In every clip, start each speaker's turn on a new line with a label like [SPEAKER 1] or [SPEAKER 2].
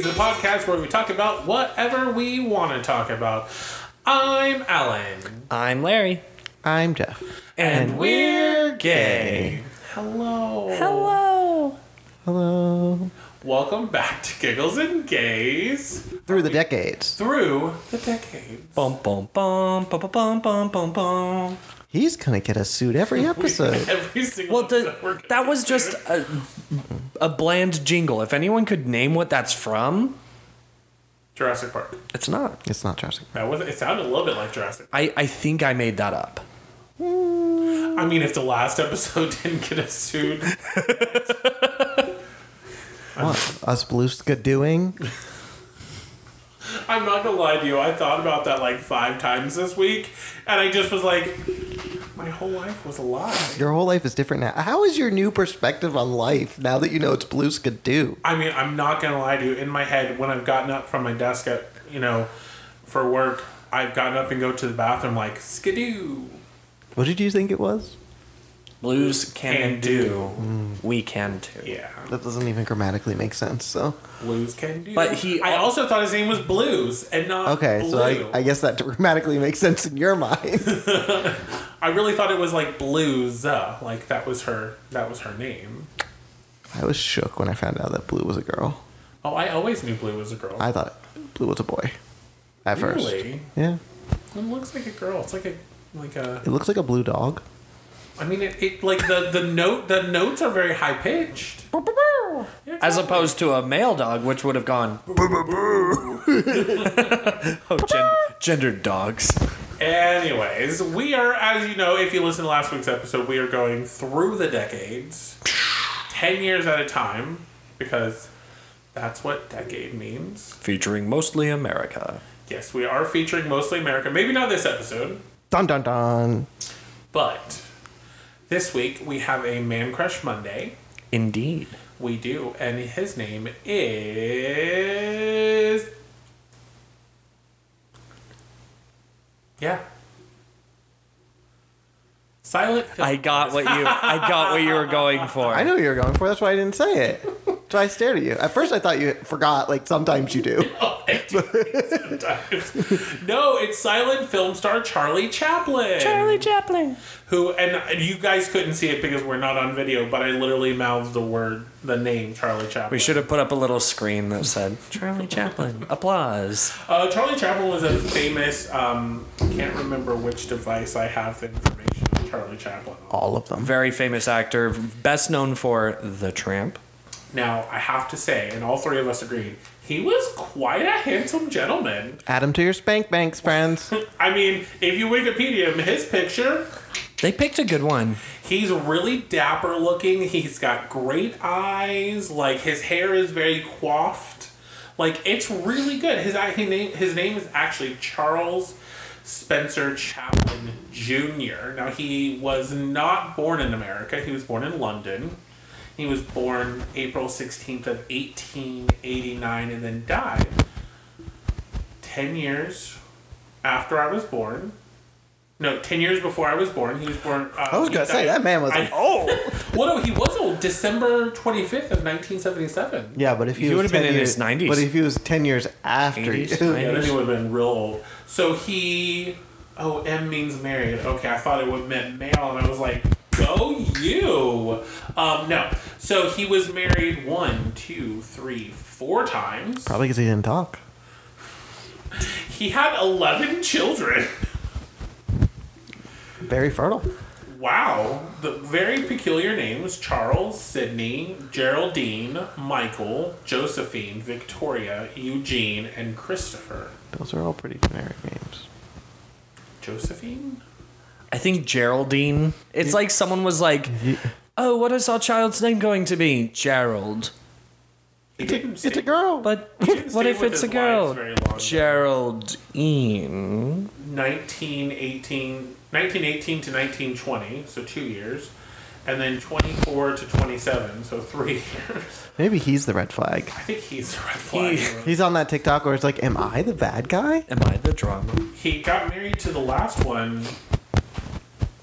[SPEAKER 1] podcast where we talk about whatever we want to talk about. I'm Alan,
[SPEAKER 2] I'm Larry.
[SPEAKER 3] I'm Jeff.
[SPEAKER 1] and,
[SPEAKER 3] And
[SPEAKER 1] we're gay. Hello.
[SPEAKER 2] Hello.
[SPEAKER 3] Hello.
[SPEAKER 1] Welcome back to Giggles and Gays
[SPEAKER 3] Through the decades,
[SPEAKER 1] through the decades.
[SPEAKER 2] Bum bum bum bum bum bum bum bum bum.
[SPEAKER 3] he's gonna get a suit every episode.
[SPEAKER 1] Every single
[SPEAKER 2] Well, the,
[SPEAKER 1] episode we're gonna
[SPEAKER 2] that was
[SPEAKER 1] do.
[SPEAKER 2] just a, a bland jingle. If anyone could name what that's from,
[SPEAKER 1] Jurassic Park.
[SPEAKER 2] it's not.
[SPEAKER 3] It's not Jurassic.
[SPEAKER 1] That was. It sounded a little bit like Jurassic.
[SPEAKER 2] I, I think I made that up.
[SPEAKER 1] I mean, if the last episode didn't get us sued,
[SPEAKER 3] What? Us Blueska doing?
[SPEAKER 1] I'm not gonna lie to you. I thought about that like five times this week, and I just was like, my whole life was a lie.
[SPEAKER 3] Your whole life is different now. How is your new perspective on life now that you know it's Blueska do?
[SPEAKER 1] I mean, I'm not gonna lie to you. In my head, when I've gotten up from my desk at you know, for work, I've gotten up and go to the bathroom like skidoo
[SPEAKER 3] What did you think it was?
[SPEAKER 2] Blues can, Mm.
[SPEAKER 1] can do.
[SPEAKER 2] We can too.
[SPEAKER 1] Yeah,
[SPEAKER 3] That doesn't even grammatically make sense. So
[SPEAKER 1] blues can do.
[SPEAKER 2] But he-
[SPEAKER 1] I also thought his name was Blues and not
[SPEAKER 3] okay,
[SPEAKER 1] Blue.
[SPEAKER 3] so I, I guess that grammatically makes sense in your mind.
[SPEAKER 1] I really thought it was like Blues, like that was her that was her name.
[SPEAKER 3] I was shook when I found out that Blue was a girl.
[SPEAKER 1] Oh, I always knew Blue was a girl.
[SPEAKER 3] I thought Blue was a boy at first.
[SPEAKER 1] Really?
[SPEAKER 3] Yeah,
[SPEAKER 1] It looks like a girl. It's like a like a.
[SPEAKER 3] it looks like a blue dog.
[SPEAKER 1] I mean, it, it like the the note the notes are very high pitched.
[SPEAKER 2] As opposed to a male dog, which would have gone. oh, gen- gendered dogs.
[SPEAKER 1] Anyways, we are as you know, if you listen to last week's episode, we are going through the decades, ten years at a time, because that's what decade means.
[SPEAKER 2] Featuring mostly America.
[SPEAKER 1] Yes, we are featuring mostly America. Maybe not this episode,
[SPEAKER 3] Dun dun dun.
[SPEAKER 1] but this week we have a man crush Monday.
[SPEAKER 2] Indeed.
[SPEAKER 1] We do, and his name is. Yeah. Silent. Film.
[SPEAKER 2] I got what you I got what you were going for.
[SPEAKER 3] I know what you were going for. That's why I didn't say it. That's why I stared at you. At first, I thought you forgot. Like sometimes you do.
[SPEAKER 1] no, it's silent film star Charlie Chaplin.
[SPEAKER 2] Chaplin.
[SPEAKER 1] Who and and you guys couldn't see it because we're not on video, but I literally mouthed the word, the name Charlie Chaplin.
[SPEAKER 2] We should have put up a little screen that said Charlie Chaplin. Applause.
[SPEAKER 1] Uh, Charlie Chaplin was a famous. Um, can't remember which device I have the information on Charlie Chaplin. on.
[SPEAKER 3] All of them.
[SPEAKER 2] Very famous actor, best known for The Tramp.
[SPEAKER 1] Now, I have to say, and all three of us agreed, he was quite a handsome gentleman.
[SPEAKER 3] Add them to your spank banks, friends.
[SPEAKER 1] I mean, if you Wikipedia him, his picture,
[SPEAKER 2] They picked a good one.
[SPEAKER 1] he's really dapper looking. He's got great eyes. Like, his hair is very coiffed. Like, it's really good. His, act- he name, his name is actually Charles Spencer Chaplin Jr. Now, he was not born in America, he was born in London. He was born April 16th of 1889 and then died 10 years after I was born. No, 10 years before I was born. He was born. Uh,
[SPEAKER 3] I was
[SPEAKER 1] he
[SPEAKER 3] gonna say
[SPEAKER 1] died-
[SPEAKER 3] that man was
[SPEAKER 1] I-
[SPEAKER 3] oh.
[SPEAKER 1] Well, no, he was old. December 25th of 1977.
[SPEAKER 3] Yeah, but if he,
[SPEAKER 2] He
[SPEAKER 3] was
[SPEAKER 2] would've been
[SPEAKER 3] 10
[SPEAKER 2] in his
[SPEAKER 3] years-
[SPEAKER 2] 90s.
[SPEAKER 3] But if he was ten years after
[SPEAKER 2] 80s,
[SPEAKER 3] you,
[SPEAKER 2] 90s.
[SPEAKER 1] Yeah, then he would have been real old. So he. Oh, M means married. Okay, I thought it would meant male, and I was like, go you. Um, no. So he was married one, two, three, four times.
[SPEAKER 3] probably because he didn't talk.
[SPEAKER 1] He had 11 children.
[SPEAKER 3] Very fertile.
[SPEAKER 1] Wow. The very peculiar names Charles, Sydney, Geraldine, Michael, Josephine, Victoria, Eugene, and Christopher.
[SPEAKER 3] Those are all pretty generic names.
[SPEAKER 1] Josephine?
[SPEAKER 2] I think Geraldine. It's like someone was like, "Oh, what is our child's name going to be?" Gerald.
[SPEAKER 1] He didn't
[SPEAKER 3] It's a
[SPEAKER 1] stay-
[SPEAKER 3] girl.
[SPEAKER 2] But
[SPEAKER 1] he didn't
[SPEAKER 2] what
[SPEAKER 1] stay
[SPEAKER 2] if
[SPEAKER 1] with
[SPEAKER 2] it's a
[SPEAKER 1] his
[SPEAKER 2] girl?
[SPEAKER 1] wives very long.
[SPEAKER 2] Geraldine.
[SPEAKER 1] 1918, 1918 to 1920, so two years. And then 24 to 27, so three years.
[SPEAKER 3] Maybe he's the red flag.
[SPEAKER 1] I think he's the red flag.
[SPEAKER 3] He's on that TikTok where it's like, "Am I the bad guy?"
[SPEAKER 2] Am I the drama?
[SPEAKER 1] he got married to the last one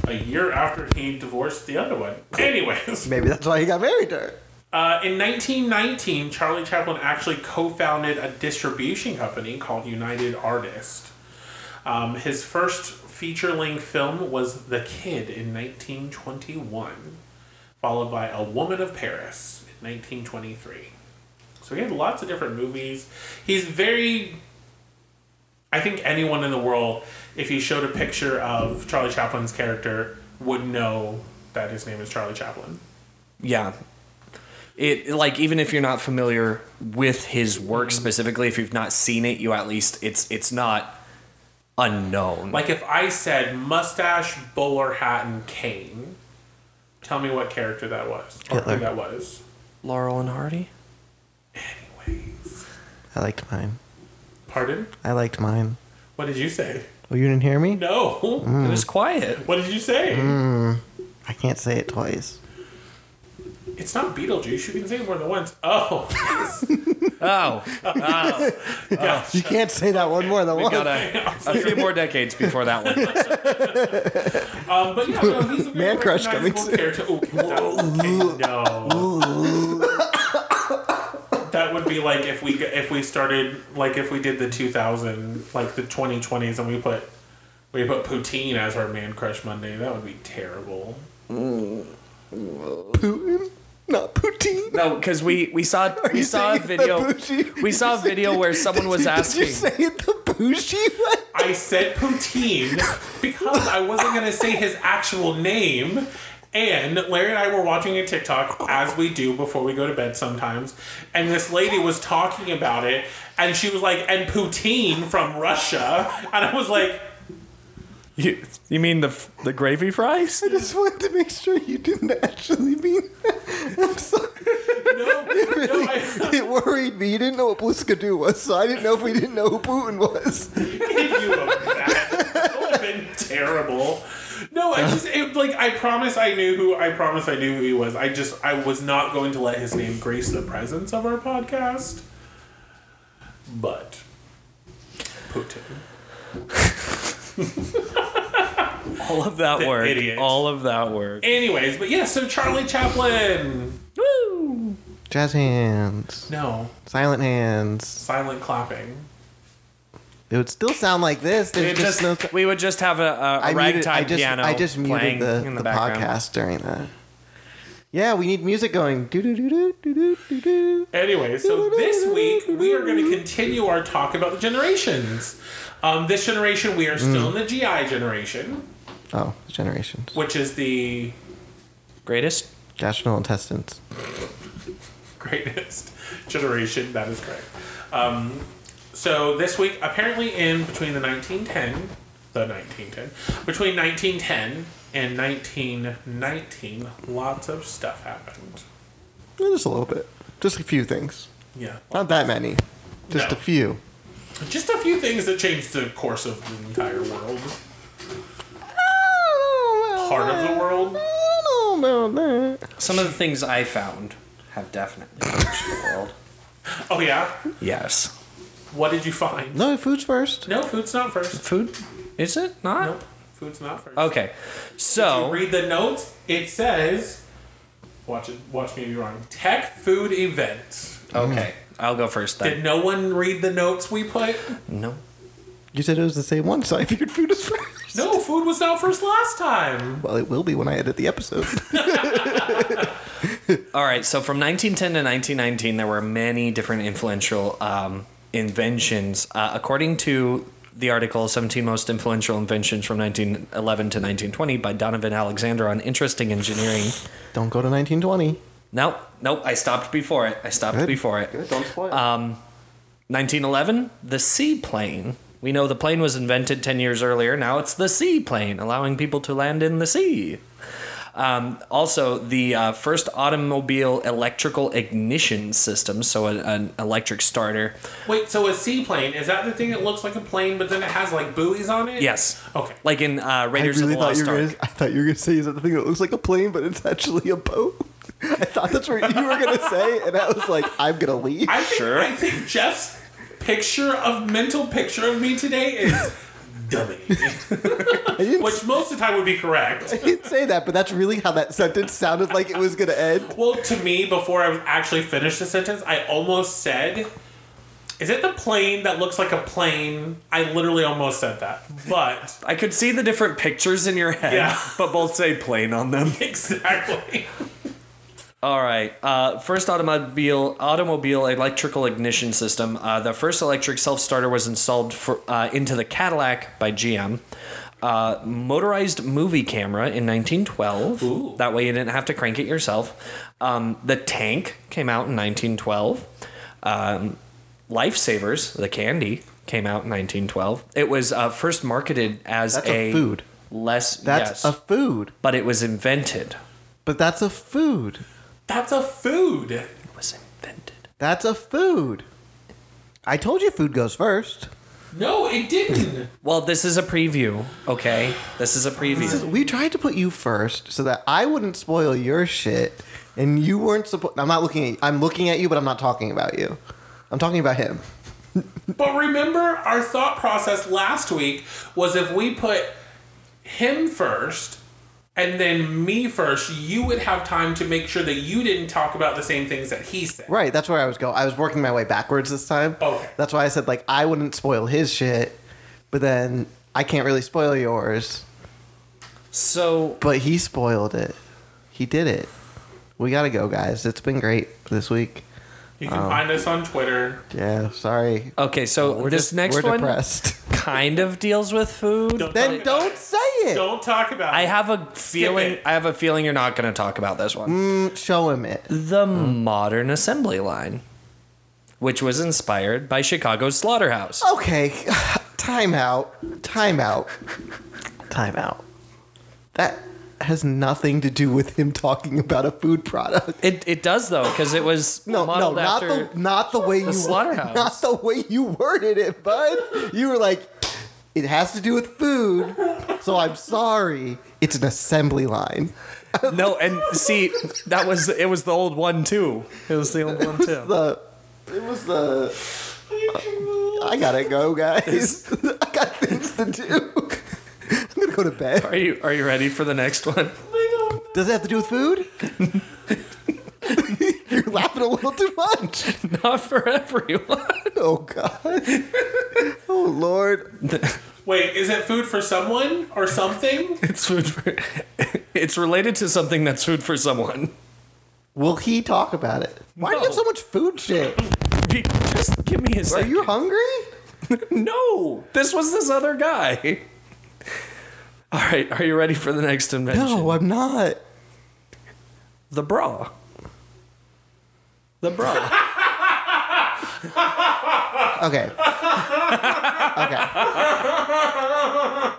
[SPEAKER 1] a year after he divorced the other one. Anyways,
[SPEAKER 3] Maybe that's why he got married to her.
[SPEAKER 1] Uh, in 1919, Charlie Chaplin actually co founded a distribution company called United Artists. Um, his first feature length film was The Kid in 1921, followed by A Woman of Paris in 1923. So he had lots of different movies. He's very. I think anyone in the world, if you showed a picture of Charlie Chaplin's character, would know that his name is Charlie Chaplin.
[SPEAKER 2] Yeah. It like even if you're not familiar with his work specifically, if you've not seen it, you at least it's it's not unknown.
[SPEAKER 1] Like if I said mustache, bowler hat, and cane, tell me what character that was or
[SPEAKER 3] Hitler.
[SPEAKER 1] who that was.
[SPEAKER 2] Laurel and Hardy?
[SPEAKER 1] Anyways,
[SPEAKER 3] I liked mine.
[SPEAKER 1] pardon?
[SPEAKER 3] I liked mine.
[SPEAKER 1] What did you say?
[SPEAKER 3] Well, you didn't hear me?
[SPEAKER 1] No.
[SPEAKER 2] It was quiet.
[SPEAKER 1] What did you say?
[SPEAKER 3] I can't say it twice.
[SPEAKER 1] It's not Beetlejuice. You can say it more than once. Oh,
[SPEAKER 2] Oh,
[SPEAKER 1] gosh.
[SPEAKER 3] You can't say that one more than
[SPEAKER 2] we
[SPEAKER 3] once.
[SPEAKER 2] got a, a few more decades before that one.
[SPEAKER 1] Um, but yeah, no, he's a very
[SPEAKER 3] Man crush coming
[SPEAKER 1] recognizable character. Oh, Ooh, that- okay, no. that would be like if we if we started like if we did the 2000 like the 2020s and we put we put poutine as our man crush Monday. That would be terrible.
[SPEAKER 3] Putin, not Putin.
[SPEAKER 2] No, because we we saw we
[SPEAKER 3] you
[SPEAKER 2] saw a
[SPEAKER 3] saying the
[SPEAKER 2] video.
[SPEAKER 3] bougie?
[SPEAKER 2] We saw a video where someone was
[SPEAKER 3] Did you
[SPEAKER 2] asking.
[SPEAKER 3] say it the bougie way?
[SPEAKER 1] I said poutine because I wasn't gonna say his actual name. And Larry and I were watching a TikTok as we do before we go to bed sometimes, and this lady was talking about it, and she was like, "And poutine from Russia," and I was like,
[SPEAKER 2] You, you mean the the gravy fries?
[SPEAKER 3] I just wanted to make sure you didn't actually mean that. I'm sorry.
[SPEAKER 1] "No, no, I,
[SPEAKER 3] It worried me. You didn't know what Bliskadoo was, so I didn't know if we didn't know who Putin was.
[SPEAKER 1] give you a that. That would have been terrible." No, I just it, like I promise I knew who I promise I knew who he was. I just I was not going to let his name grace the presence of our podcast. but Putin.
[SPEAKER 2] All of that work.
[SPEAKER 1] idiot.
[SPEAKER 2] All of that work.
[SPEAKER 1] Anyways, but yeah, so Charlie Chaplin.
[SPEAKER 2] Woo!
[SPEAKER 3] Jazz hands,
[SPEAKER 1] No,
[SPEAKER 3] silent hands.
[SPEAKER 1] silent clapping.
[SPEAKER 3] It would still sound like this. There's
[SPEAKER 2] It
[SPEAKER 3] just,
[SPEAKER 2] just,
[SPEAKER 3] no.
[SPEAKER 2] we would just have a, a,
[SPEAKER 3] I
[SPEAKER 2] a
[SPEAKER 3] muted.
[SPEAKER 2] ragtime
[SPEAKER 3] I just,
[SPEAKER 2] piano
[SPEAKER 3] I just
[SPEAKER 2] playing
[SPEAKER 3] muted the,
[SPEAKER 2] in
[SPEAKER 3] the,
[SPEAKER 2] the, background.
[SPEAKER 3] podcast during that. Yeah, we need music going. Do do do do do do do.
[SPEAKER 1] Anyway, so this week we are going to continue our talk about the generations. Um, this generation, we are still in the GI generation,
[SPEAKER 3] Oh, generations.
[SPEAKER 1] which is the
[SPEAKER 2] Greatest.
[SPEAKER 3] Gastrointestinal intestines.
[SPEAKER 1] greatest generation. That is correct. Um, so this week, apparently, in between the 1910, the 1910, between 1910 and 1919, lots of stuff happened.
[SPEAKER 3] Yeah, Just a little bit. Just a few things.
[SPEAKER 1] Yeah.
[SPEAKER 3] Not that many. Just
[SPEAKER 1] No.
[SPEAKER 3] a few.
[SPEAKER 1] Just a few things that changed the course of the entire world. Part of the world.
[SPEAKER 3] I don't know that.
[SPEAKER 2] Some of the things I found have definitely changed the world.
[SPEAKER 1] Oh, yeah?
[SPEAKER 2] Yes.
[SPEAKER 1] What did you find?
[SPEAKER 3] No, food's first.
[SPEAKER 1] No, food's not first. Oh,
[SPEAKER 2] Food? Is it not?
[SPEAKER 1] Nope. Food's not first.
[SPEAKER 2] Okay.
[SPEAKER 1] You
[SPEAKER 2] So
[SPEAKER 1] read the notes. It says, watch it, watch me be wrong. Tech food events.
[SPEAKER 2] okay, I'll go first then.
[SPEAKER 1] Did no one read the notes we put?
[SPEAKER 2] no.
[SPEAKER 3] You said it was the same one, so I figured food is first.
[SPEAKER 1] No, food was not first last time.
[SPEAKER 3] Well, it will be when I edit the episode.
[SPEAKER 2] All right. So from 1910 to 1919, there were many different influential um, inventions. Uh, according to the article, 17 most influential inventions from 1911 to 1920 by Donovan Alexander on interesting engineering.
[SPEAKER 3] don't go to 1920.
[SPEAKER 2] Nope, nope. I stopped before it. I stopped
[SPEAKER 3] Good.
[SPEAKER 2] before it.
[SPEAKER 3] Don't spoil.
[SPEAKER 2] Um, 1911, the seaplane. We know the plane was invented 10 years earlier. Now it's the seaplane, allowing people to land in the sea. Um, also, the uh, first automobile electrical ignition system, so an, an electric starter.
[SPEAKER 1] Wait, so a seaplane, is that the thing that looks like a plane but then it has like buoys on it?
[SPEAKER 2] Yes.
[SPEAKER 1] Okay.
[SPEAKER 2] Like in uh,
[SPEAKER 3] I
[SPEAKER 2] Raiders
[SPEAKER 3] really
[SPEAKER 2] of the
[SPEAKER 3] thought you
[SPEAKER 2] Lost
[SPEAKER 3] were.
[SPEAKER 2] Ark.
[SPEAKER 3] Gonna, I thought you were gonna say is that the thing that looks like a plane, but it's actually a boat. I thought that's what you were gonna say, and I was like, I'm gonna leave.
[SPEAKER 1] I think,
[SPEAKER 2] Sure.
[SPEAKER 1] I think Jeff's picture of mental picture of me today is dummy.
[SPEAKER 3] I didn't,
[SPEAKER 1] Which most of the time would be correct.
[SPEAKER 3] I didn't say that, but that's really how that sentence sounded like it was going to end.
[SPEAKER 1] Well, to me, before I was actually finished the sentence, I almost said, "Is it the plane that looks like a plane?" I literally almost said that, but
[SPEAKER 2] I could see the different pictures in your head,
[SPEAKER 1] Yeah.
[SPEAKER 2] but both say plane on them.
[SPEAKER 1] exactly.
[SPEAKER 2] All right. Uh, first automobile automobile electrical ignition system. Uh, the first electric self starter was installed for, uh, into the Cadillac by GM. Uh, motorized movie camera in 1912.
[SPEAKER 1] Ooh.
[SPEAKER 2] That way you didn't have to crank it yourself. Um, the tank came out in 1912. Um, Lifesavers, the candy, came out in 1912. It was uh, first marketed as
[SPEAKER 3] That's a food.
[SPEAKER 2] less.
[SPEAKER 3] That's
[SPEAKER 2] yes,
[SPEAKER 3] a food.
[SPEAKER 2] but it was invented.
[SPEAKER 3] But that's a food.
[SPEAKER 1] That's a food.
[SPEAKER 2] It was invented.
[SPEAKER 3] That's a food. I told you food goes first.
[SPEAKER 1] No, it didn't.
[SPEAKER 2] Well, this is a preview, okay? This is a preview.
[SPEAKER 3] This is- we tried to put you first so that I wouldn't spoil your shit, and you weren't supposed. I'm not looking. At, I'm looking at you, but I'm not talking about you. I'm talking about him.
[SPEAKER 1] But remember, our thought process last week was if we put him first and then me first, you would have time to make sure that you didn't talk about the same things that he said.
[SPEAKER 3] Right. That's where I was going. I was working my way backwards this time.
[SPEAKER 1] Okay.
[SPEAKER 3] That's why I said like I wouldn't spoil his shit, but then I can't really spoil yours.
[SPEAKER 2] so,
[SPEAKER 3] But he spoiled it. He did it. We gotta go, guys. It's been great this week.
[SPEAKER 1] You can
[SPEAKER 2] Oh.
[SPEAKER 1] find us on Twitter.
[SPEAKER 3] Yeah. Sorry.
[SPEAKER 2] okay, so this
[SPEAKER 3] just-
[SPEAKER 2] next
[SPEAKER 3] we're
[SPEAKER 2] one
[SPEAKER 3] depressed.
[SPEAKER 2] kind of deals with food.
[SPEAKER 1] Don't
[SPEAKER 3] then
[SPEAKER 1] talk about
[SPEAKER 3] don't
[SPEAKER 1] it.
[SPEAKER 3] say it.
[SPEAKER 1] Don't talk about
[SPEAKER 2] I
[SPEAKER 1] it.
[SPEAKER 2] have a feeling
[SPEAKER 1] it.
[SPEAKER 2] I have a feeling you're not going to talk about this one.
[SPEAKER 3] Mm, Show him it.
[SPEAKER 2] The modern assembly line, which was inspired by Chicago's slaughterhouse.
[SPEAKER 3] Okay, time out. Time out. Time out. That has nothing to do with him talking about a food product.
[SPEAKER 2] It, it does though cuz it was
[SPEAKER 3] No, no,
[SPEAKER 2] modeled
[SPEAKER 3] not
[SPEAKER 2] after
[SPEAKER 3] the not the way you
[SPEAKER 2] slaughterhouse.
[SPEAKER 3] not the way you worded it, bud. You were like, it has to do with food. So I'm sorry. It's an assembly line.
[SPEAKER 2] No, and see, that was it was the old one too. It was the old one too.
[SPEAKER 3] The it was the I gotta go, guys. I got things to do. I'm gonna go to bed.
[SPEAKER 2] Are you are you ready for the next one?
[SPEAKER 3] Does it have to do with food? You're laughing a little too much.
[SPEAKER 2] Not for everyone.
[SPEAKER 3] Oh god. Oh lord.
[SPEAKER 1] Wait, is it food for someone or something?
[SPEAKER 2] It's food for. It's related to something that's food for someone.
[SPEAKER 3] Will he talk about it? Why do you have so much food shit?
[SPEAKER 2] Be- Just give me a
[SPEAKER 3] Are
[SPEAKER 2] second.
[SPEAKER 3] you hungry?
[SPEAKER 2] No, this was this other guy. All right, are you ready for the next invention?
[SPEAKER 3] No, I'm not.
[SPEAKER 2] The bra. The bra.
[SPEAKER 3] Okay. Okay.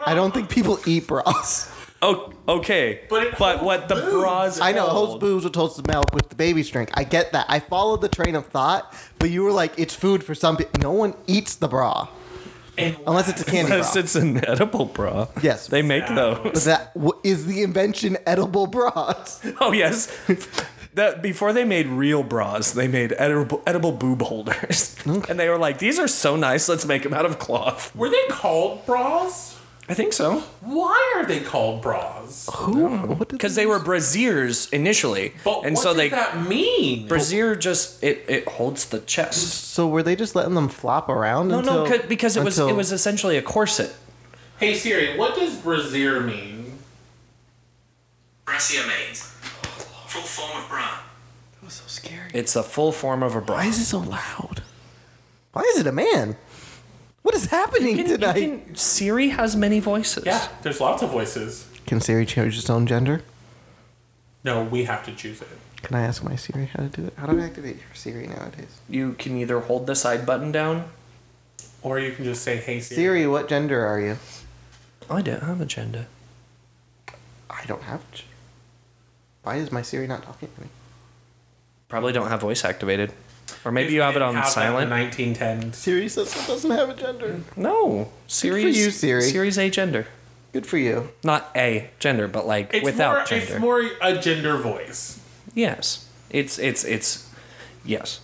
[SPEAKER 3] I don't think people eat bras.
[SPEAKER 2] oh, okay.
[SPEAKER 1] But it holds
[SPEAKER 2] what the bras?
[SPEAKER 3] I know it holds
[SPEAKER 2] hold-
[SPEAKER 3] boobs, it holds the milk with the baby's drink. I get that. I followed the train of thought, but you were like, it's food for some people. No one eats the bra
[SPEAKER 1] And
[SPEAKER 3] unless it's a candy
[SPEAKER 2] Unless
[SPEAKER 3] bra.
[SPEAKER 2] it's an edible bra.
[SPEAKER 3] Yes.
[SPEAKER 2] They make
[SPEAKER 3] But
[SPEAKER 2] those.
[SPEAKER 3] that w- is the invention edible bras.
[SPEAKER 2] Oh yes. That before they made real bras, they made edible edible boob holders, and they were like, "These are so nice. Let's make them out of cloth."
[SPEAKER 1] were they called bras?
[SPEAKER 2] I think so.
[SPEAKER 1] Why are they called bras?
[SPEAKER 3] Who? What did
[SPEAKER 2] because they were brasiers initially,
[SPEAKER 1] But
[SPEAKER 2] and
[SPEAKER 1] what
[SPEAKER 2] so
[SPEAKER 1] does
[SPEAKER 2] they
[SPEAKER 1] that mean?
[SPEAKER 2] brasier just it, it holds the chest.
[SPEAKER 3] So were they just letting them flop around?
[SPEAKER 2] No,
[SPEAKER 3] until,
[SPEAKER 2] no, 'cause- because it was it
[SPEAKER 3] until-
[SPEAKER 2] was essentially a corset.
[SPEAKER 1] hey Siri, what does brasier mean?
[SPEAKER 4] Brassia mate. Full form of bra.
[SPEAKER 3] That was so scary.
[SPEAKER 2] It's a full form of a bra.
[SPEAKER 3] Why is it so loud? Why is it a man? What is happening
[SPEAKER 2] You can- you
[SPEAKER 3] tonight? Can,
[SPEAKER 2] can- Siri has many voices.
[SPEAKER 1] Yeah, there's lots of voices.
[SPEAKER 3] Siri change its own gender?
[SPEAKER 1] No, we have to choose it.
[SPEAKER 3] Can I ask my Siri how to do it? How do I activate your Siri nowadays?
[SPEAKER 2] you can either hold the side button down.
[SPEAKER 1] Or you can just say, hey Siri.
[SPEAKER 3] Siri, what gender are you?
[SPEAKER 2] I don't have a gender.
[SPEAKER 3] I don't have. a gen- Why is my Siri not talking to me?
[SPEAKER 2] Probably don't have voice activated, or maybe
[SPEAKER 1] If
[SPEAKER 2] you have it
[SPEAKER 1] didn't
[SPEAKER 2] on
[SPEAKER 1] that in
[SPEAKER 2] silent.
[SPEAKER 1] 1910s.
[SPEAKER 3] Siri says it doesn't have a gender.
[SPEAKER 2] No, Siri.
[SPEAKER 3] you, Siri.
[SPEAKER 2] Siri's a gender,
[SPEAKER 3] Good for you.
[SPEAKER 2] not a gender, but like
[SPEAKER 1] It's
[SPEAKER 2] without
[SPEAKER 1] more,
[SPEAKER 2] gender.
[SPEAKER 1] It's more a gender voice.
[SPEAKER 2] Yes. It's it's it's yes.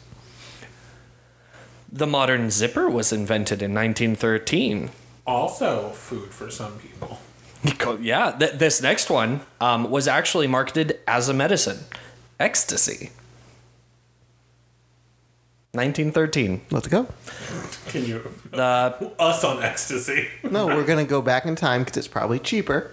[SPEAKER 2] The modern zipper was invented in 1913.
[SPEAKER 1] also food for some people.
[SPEAKER 2] Because- Yeah, th- this next one um, was actually marketed as a medicine, ecstasy. 1913.
[SPEAKER 3] Let's go.
[SPEAKER 1] Can you
[SPEAKER 2] The
[SPEAKER 1] us on ecstasy?
[SPEAKER 3] No, we're gonna go back in time because it's probably cheaper.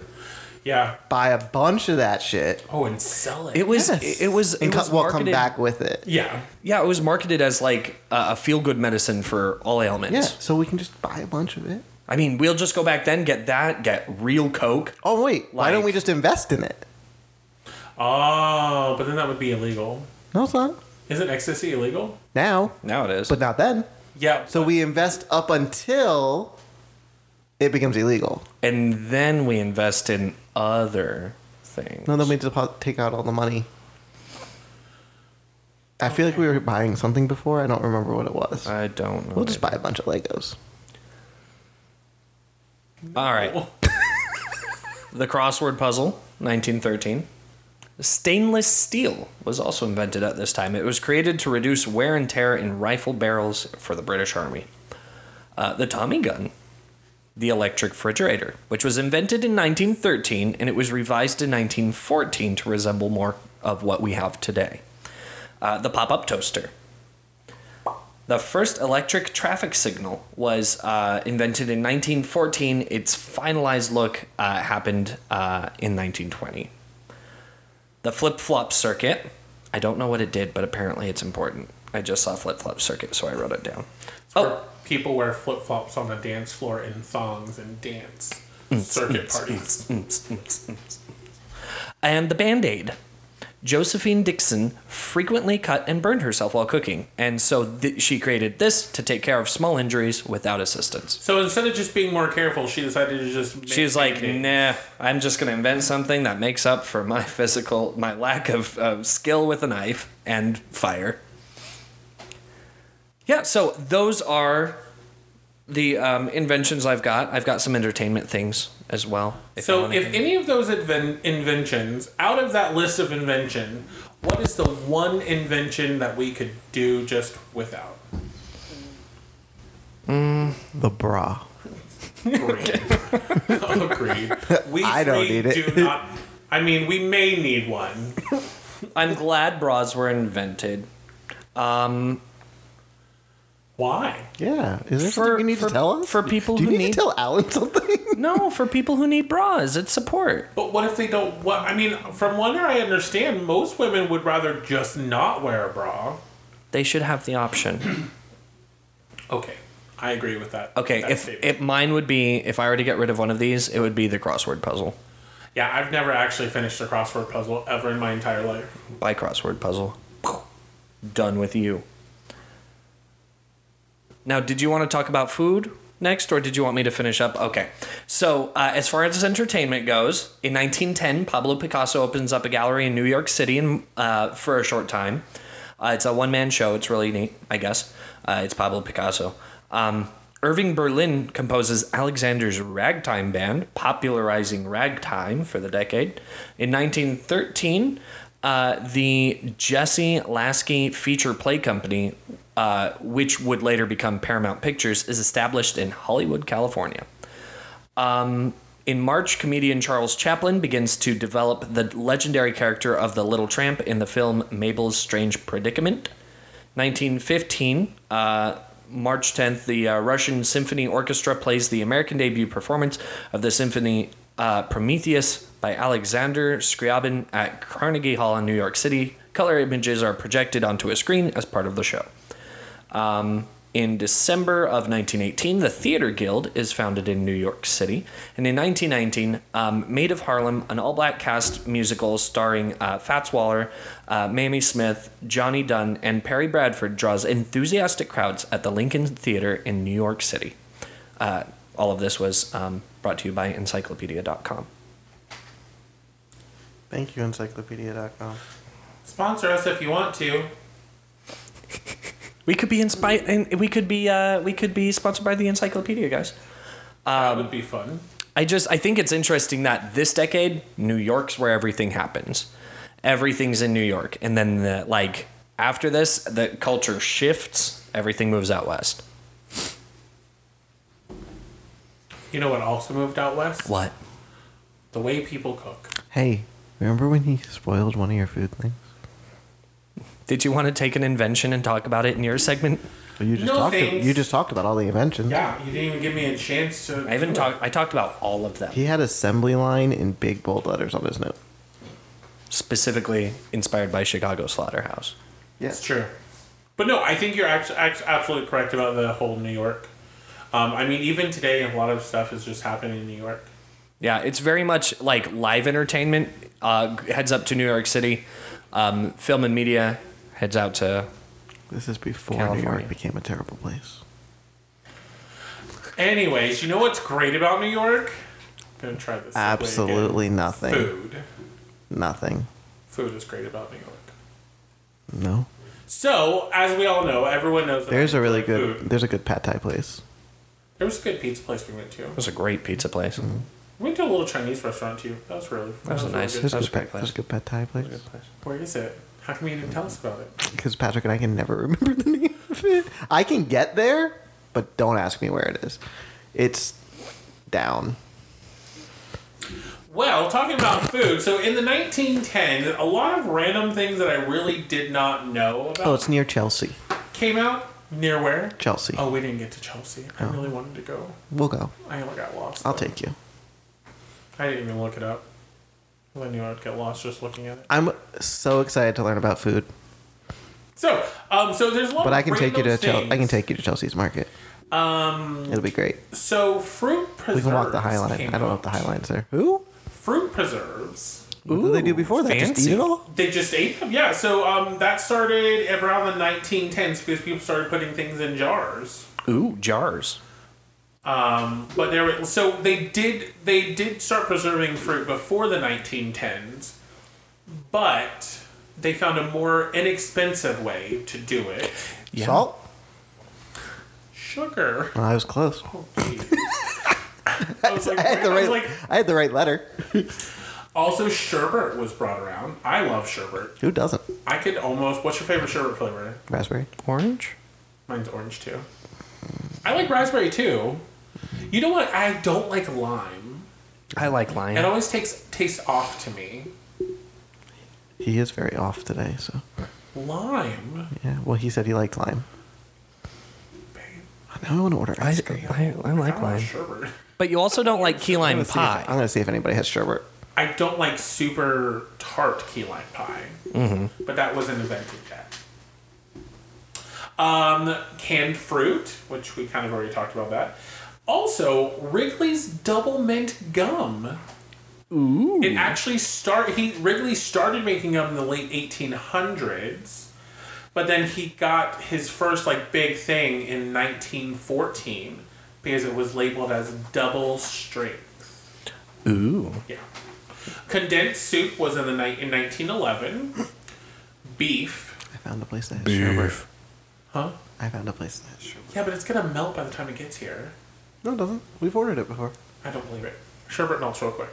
[SPEAKER 1] yeah.
[SPEAKER 3] Buy a bunch of that shit.
[SPEAKER 1] Oh, and sell it.
[SPEAKER 2] it was
[SPEAKER 3] Yes.
[SPEAKER 2] it was
[SPEAKER 3] And
[SPEAKER 2] it
[SPEAKER 3] co-
[SPEAKER 2] was
[SPEAKER 3] we'll come
[SPEAKER 2] marketed-
[SPEAKER 3] back with it.
[SPEAKER 1] yeah.
[SPEAKER 2] Yeah, it was marketed as like a, a feel good medicine for all ailments.
[SPEAKER 3] Yeah, so we can just buy a bunch of it.
[SPEAKER 2] I mean, we'll just go back then, get that, get real Coke.
[SPEAKER 3] Oh wait, why don't we just invest in it?
[SPEAKER 1] Oh, but then that would be illegal.
[SPEAKER 3] No, it's not
[SPEAKER 1] Isn't ecstasy illegal?
[SPEAKER 3] now,
[SPEAKER 2] Now it is.
[SPEAKER 3] but not then.
[SPEAKER 1] Yeah.
[SPEAKER 3] So we invest up until it becomes illegal.
[SPEAKER 2] and then we invest in other things.
[SPEAKER 3] No, then we depo- take out all the money. I feel like we were buying something before. I don't remember what it was.
[SPEAKER 2] I don't know.
[SPEAKER 3] We'll just buy a bunch of Legos.
[SPEAKER 2] All right. the crossword puzzle, 1913. Stainless steel was also invented at this time. It was created to reduce wear and tear in rifle barrels for the British Army. Uh, the Tommy gun, the electric refrigerator, which was invented in 1913 and it was revised in 1914 to resemble more of what we have today. Uh, the pop up toaster, the first electric traffic signal was uh, invented in 1914. Its finalized look uh, happened uh, in 1920. The flip flop circuit. I don't know what it did, but apparently it's important. I just saw flip flop circuit, so I wrote it down.
[SPEAKER 1] Where
[SPEAKER 2] Oh,
[SPEAKER 1] people wear flip flops on the dance floor in thongs and dance circuit parties.
[SPEAKER 2] and the band aid. Josephine Dixon frequently cut and burned herself while cooking, and so th- she created this to take care of small injuries without assistance.
[SPEAKER 1] So instead of just being more careful, she decided to just. Make
[SPEAKER 2] She's like,
[SPEAKER 1] Band-Aids.
[SPEAKER 2] nah, I'm just going to invent something that makes up for my physical, my lack of uh, skill with a knife and fire. Yeah, so those are the um, inventions I've got. I've got some entertainment things as well. you
[SPEAKER 1] So,
[SPEAKER 2] wanna
[SPEAKER 1] if
[SPEAKER 2] hear.
[SPEAKER 1] any of those inven- inventions, out of that list of invention, what is the one invention that we could do just without?
[SPEAKER 3] The bra.
[SPEAKER 1] Agreed. Agreed. We
[SPEAKER 3] I don't
[SPEAKER 1] three
[SPEAKER 3] need it.
[SPEAKER 1] Do not, I mean, we may need one.
[SPEAKER 2] I'm glad bras were invented. Um,
[SPEAKER 1] Why?
[SPEAKER 3] Yeah. Is there
[SPEAKER 2] For-
[SPEAKER 3] something you need
[SPEAKER 2] for-
[SPEAKER 3] to tell us?
[SPEAKER 2] for people
[SPEAKER 3] Do you
[SPEAKER 2] who
[SPEAKER 3] need
[SPEAKER 2] need-
[SPEAKER 3] to tell Alan something?
[SPEAKER 2] No, for people who need bras, it's support.
[SPEAKER 1] But what if they don't? What I mean, from one I understand, most women would rather just not wear a bra.
[SPEAKER 2] They should have the option.
[SPEAKER 1] Okay, I agree with that.
[SPEAKER 2] Okay,
[SPEAKER 1] that
[SPEAKER 2] if,
[SPEAKER 1] statement.
[SPEAKER 2] if mine would be, if I were to get rid of one of these, it would be the crossword puzzle.
[SPEAKER 1] yeah, I've never actually finished a crossword puzzle ever in my entire life.
[SPEAKER 2] by crossword puzzle. Done with you. Now, did you want to talk about food next, or did you want me to finish up? Okay. So, uh, as far as entertainment goes, in 1910, Pablo Picasso opens up a gallery in New York City in, uh, for a short time. Uh, it's a one man show. It's really neat, I guess. Uh, it's Pablo Picasso. Um, Irving Berlin composes Alexander's Ragtime Band, popularizing ragtime for the decade. In 1913, uh, the Jesse Lasky Feature Play Company, uh, which would later become Paramount Pictures, is established in Hollywood, California. In March, comedian Charles Chaplin begins to develop the legendary character of the Little Tramp in the film Mabel's Strange Predicament. 1915, uh, March 10th, the uh, Russian Symphony Orchestra plays the American debut performance of the symphony uh, Prometheus by Alexander Scriabin at Carnegie Hall in New York City. Color images are projected onto a screen as part of the show. In December of 1918, the Theater Guild is founded in New York City. And in 1919, um, Maid of Harlem, an all black cast musical starring uh, Fats Waller, uh, Mamie Smith, Johnny Dunn, and Perry Bradford, draws enthusiastic crowds at the Lincoln Theater in New York City. Uh, all of this was um, brought to you by Encyclopedia.com.
[SPEAKER 3] Thank you, encyclopedia.com.
[SPEAKER 1] Sponsor us if you want to.
[SPEAKER 2] We could be inspired, and we could be uh, we could be sponsored by the Encyclopedia, guys.
[SPEAKER 1] That Uh, would be fun.
[SPEAKER 2] I just I think it's interesting that this decade New York's where everything happens. Everything's in New York and then the like after this the culture shifts, everything moves out west.
[SPEAKER 1] You know what also moved out west?
[SPEAKER 2] What?
[SPEAKER 1] The way people cook.
[SPEAKER 3] Hey, remember when he spoiled one of your food things?
[SPEAKER 2] Did you want to take an invention and talk about it in your segment?
[SPEAKER 3] Well, you just
[SPEAKER 1] No
[SPEAKER 3] talked.
[SPEAKER 1] thanks.
[SPEAKER 3] you just talked about all the inventions.
[SPEAKER 1] Yeah, you didn't even give me a chance to.
[SPEAKER 2] I haven't talked. I talked about all of them
[SPEAKER 3] He had assembly line in big bold letters on his note.
[SPEAKER 2] specifically inspired by Chicago Slaughterhouse.
[SPEAKER 1] It's true. But no, I think you're act- act- absolutely correct about the whole New York. Um, I mean, even today, a lot of stuff is just happening in New York.
[SPEAKER 2] Yeah, it's very much like live entertainment uh, heads up to New York City. Um, film and media heads out to.
[SPEAKER 3] This is before New
[SPEAKER 2] California.
[SPEAKER 3] York became a terrible place.
[SPEAKER 1] Anyways, you know what's great about New York? I'm gonna try this.
[SPEAKER 3] Absolutely
[SPEAKER 1] again.
[SPEAKER 3] nothing.
[SPEAKER 1] Food.
[SPEAKER 3] Nothing.
[SPEAKER 1] Food is great about New York.
[SPEAKER 3] No.
[SPEAKER 1] So, as we all know, everyone knows. that
[SPEAKER 3] There's
[SPEAKER 1] I
[SPEAKER 3] a really
[SPEAKER 1] enjoy
[SPEAKER 3] good.
[SPEAKER 1] Food.
[SPEAKER 3] There's a good pad thai place.
[SPEAKER 1] There was a good pizza place we went to.
[SPEAKER 2] It was a great pizza place.
[SPEAKER 1] We went to a little Chinese restaurant too. That was really. That,
[SPEAKER 2] was a
[SPEAKER 1] really
[SPEAKER 2] nice-
[SPEAKER 1] good.
[SPEAKER 3] There's
[SPEAKER 2] That's
[SPEAKER 3] a good.
[SPEAKER 2] a great
[SPEAKER 3] Pad, there's a good pad thai place.
[SPEAKER 1] Where is it? How come you didn't tell us about it?
[SPEAKER 3] Because Patrick and I can never remember the name of it. I can get there, but don't ask me where it is. It's down.
[SPEAKER 1] Well, talking about food, so in the 1910s, a lot of random things that I really did not know about
[SPEAKER 3] Oh, it's near Chelsea.
[SPEAKER 1] came out near where?
[SPEAKER 3] Chelsea.
[SPEAKER 1] Oh, we didn't get to Chelsea. I really wanted to go.
[SPEAKER 3] We'll go.
[SPEAKER 1] I only got lost.
[SPEAKER 3] I'll
[SPEAKER 1] though.
[SPEAKER 3] take you.
[SPEAKER 1] I didn't even look it up. 'Cause I knew I'd get lost just looking at it.
[SPEAKER 3] I'm so excited to learn about food.
[SPEAKER 1] So, um, so there's a lot.
[SPEAKER 3] But
[SPEAKER 1] of
[SPEAKER 3] I can take you to
[SPEAKER 1] random
[SPEAKER 3] Chel- I can
[SPEAKER 1] things.
[SPEAKER 3] take you to Chelsea's market. Um, it'll be great.
[SPEAKER 1] So fruit
[SPEAKER 3] We
[SPEAKER 1] preserves.
[SPEAKER 3] can walk the High
[SPEAKER 1] came
[SPEAKER 3] Line. I don't know if the
[SPEAKER 1] out.
[SPEAKER 3] High Line's there. Who?
[SPEAKER 1] Fruit preserves.
[SPEAKER 3] What did they do
[SPEAKER 2] Ooh,
[SPEAKER 3] before that? Just eat
[SPEAKER 2] fancy.
[SPEAKER 3] it all?
[SPEAKER 1] They just ate them. Yeah. So um, that started around the 1910s because people started putting things in jars.
[SPEAKER 2] Ooh, jars.
[SPEAKER 1] Um, but there, were- so they did they did start preserving fruit before the 1910s, but they found a more inexpensive way to do it:
[SPEAKER 2] Yeah.
[SPEAKER 3] Salt?
[SPEAKER 1] sugar.
[SPEAKER 3] Oh, I was close.
[SPEAKER 1] I was like,
[SPEAKER 3] I had the
[SPEAKER 1] I was
[SPEAKER 3] right.
[SPEAKER 1] like,
[SPEAKER 3] I had the right letter.
[SPEAKER 1] also sherbet was brought around. I love sherbet.
[SPEAKER 3] Who doesn't?
[SPEAKER 1] I could almost. What's your favorite sherbet flavor?
[SPEAKER 3] Raspberry.
[SPEAKER 2] Orange.
[SPEAKER 1] Mine's orange too. I like raspberry too. You know what? I don't like lime.
[SPEAKER 2] I like
[SPEAKER 1] It
[SPEAKER 2] lime.
[SPEAKER 1] always takes tastes off to me.
[SPEAKER 3] He is very off today. So
[SPEAKER 1] Lime.
[SPEAKER 3] yeah. Well, he said he liked lime.
[SPEAKER 1] Babe.
[SPEAKER 3] Now I want to order
[SPEAKER 2] I,
[SPEAKER 3] ice cream.
[SPEAKER 2] I, I like
[SPEAKER 1] I lime.
[SPEAKER 2] lime.
[SPEAKER 1] Sherbet.
[SPEAKER 2] But you also don't like key
[SPEAKER 3] I'm
[SPEAKER 2] lime
[SPEAKER 3] gonna see if- I'm
[SPEAKER 2] pie.
[SPEAKER 3] gonna see if anybody has sherbet.
[SPEAKER 1] I don't like super tart key lime pie, but that wasn't invented yet. Um, canned fruit, which we kind of already talked about that. Also, Wrigley's double mint gum. Ooh. It actually start he Wrigley started making them in the late 1800s, but then he got his first like big thing in 1914 because it was labeled as double strength.
[SPEAKER 2] Ooh.
[SPEAKER 1] Yeah. Condensed soup was in the night in 1911. Beef.
[SPEAKER 3] I found a place that has sherbet.
[SPEAKER 1] Huh?
[SPEAKER 3] I found a place that has sherbet.
[SPEAKER 1] Yeah, but it's gonna melt by the time it gets here.
[SPEAKER 3] No, it doesn't. We've ordered it before.
[SPEAKER 1] I don't believe it. Sherbet melts real quick.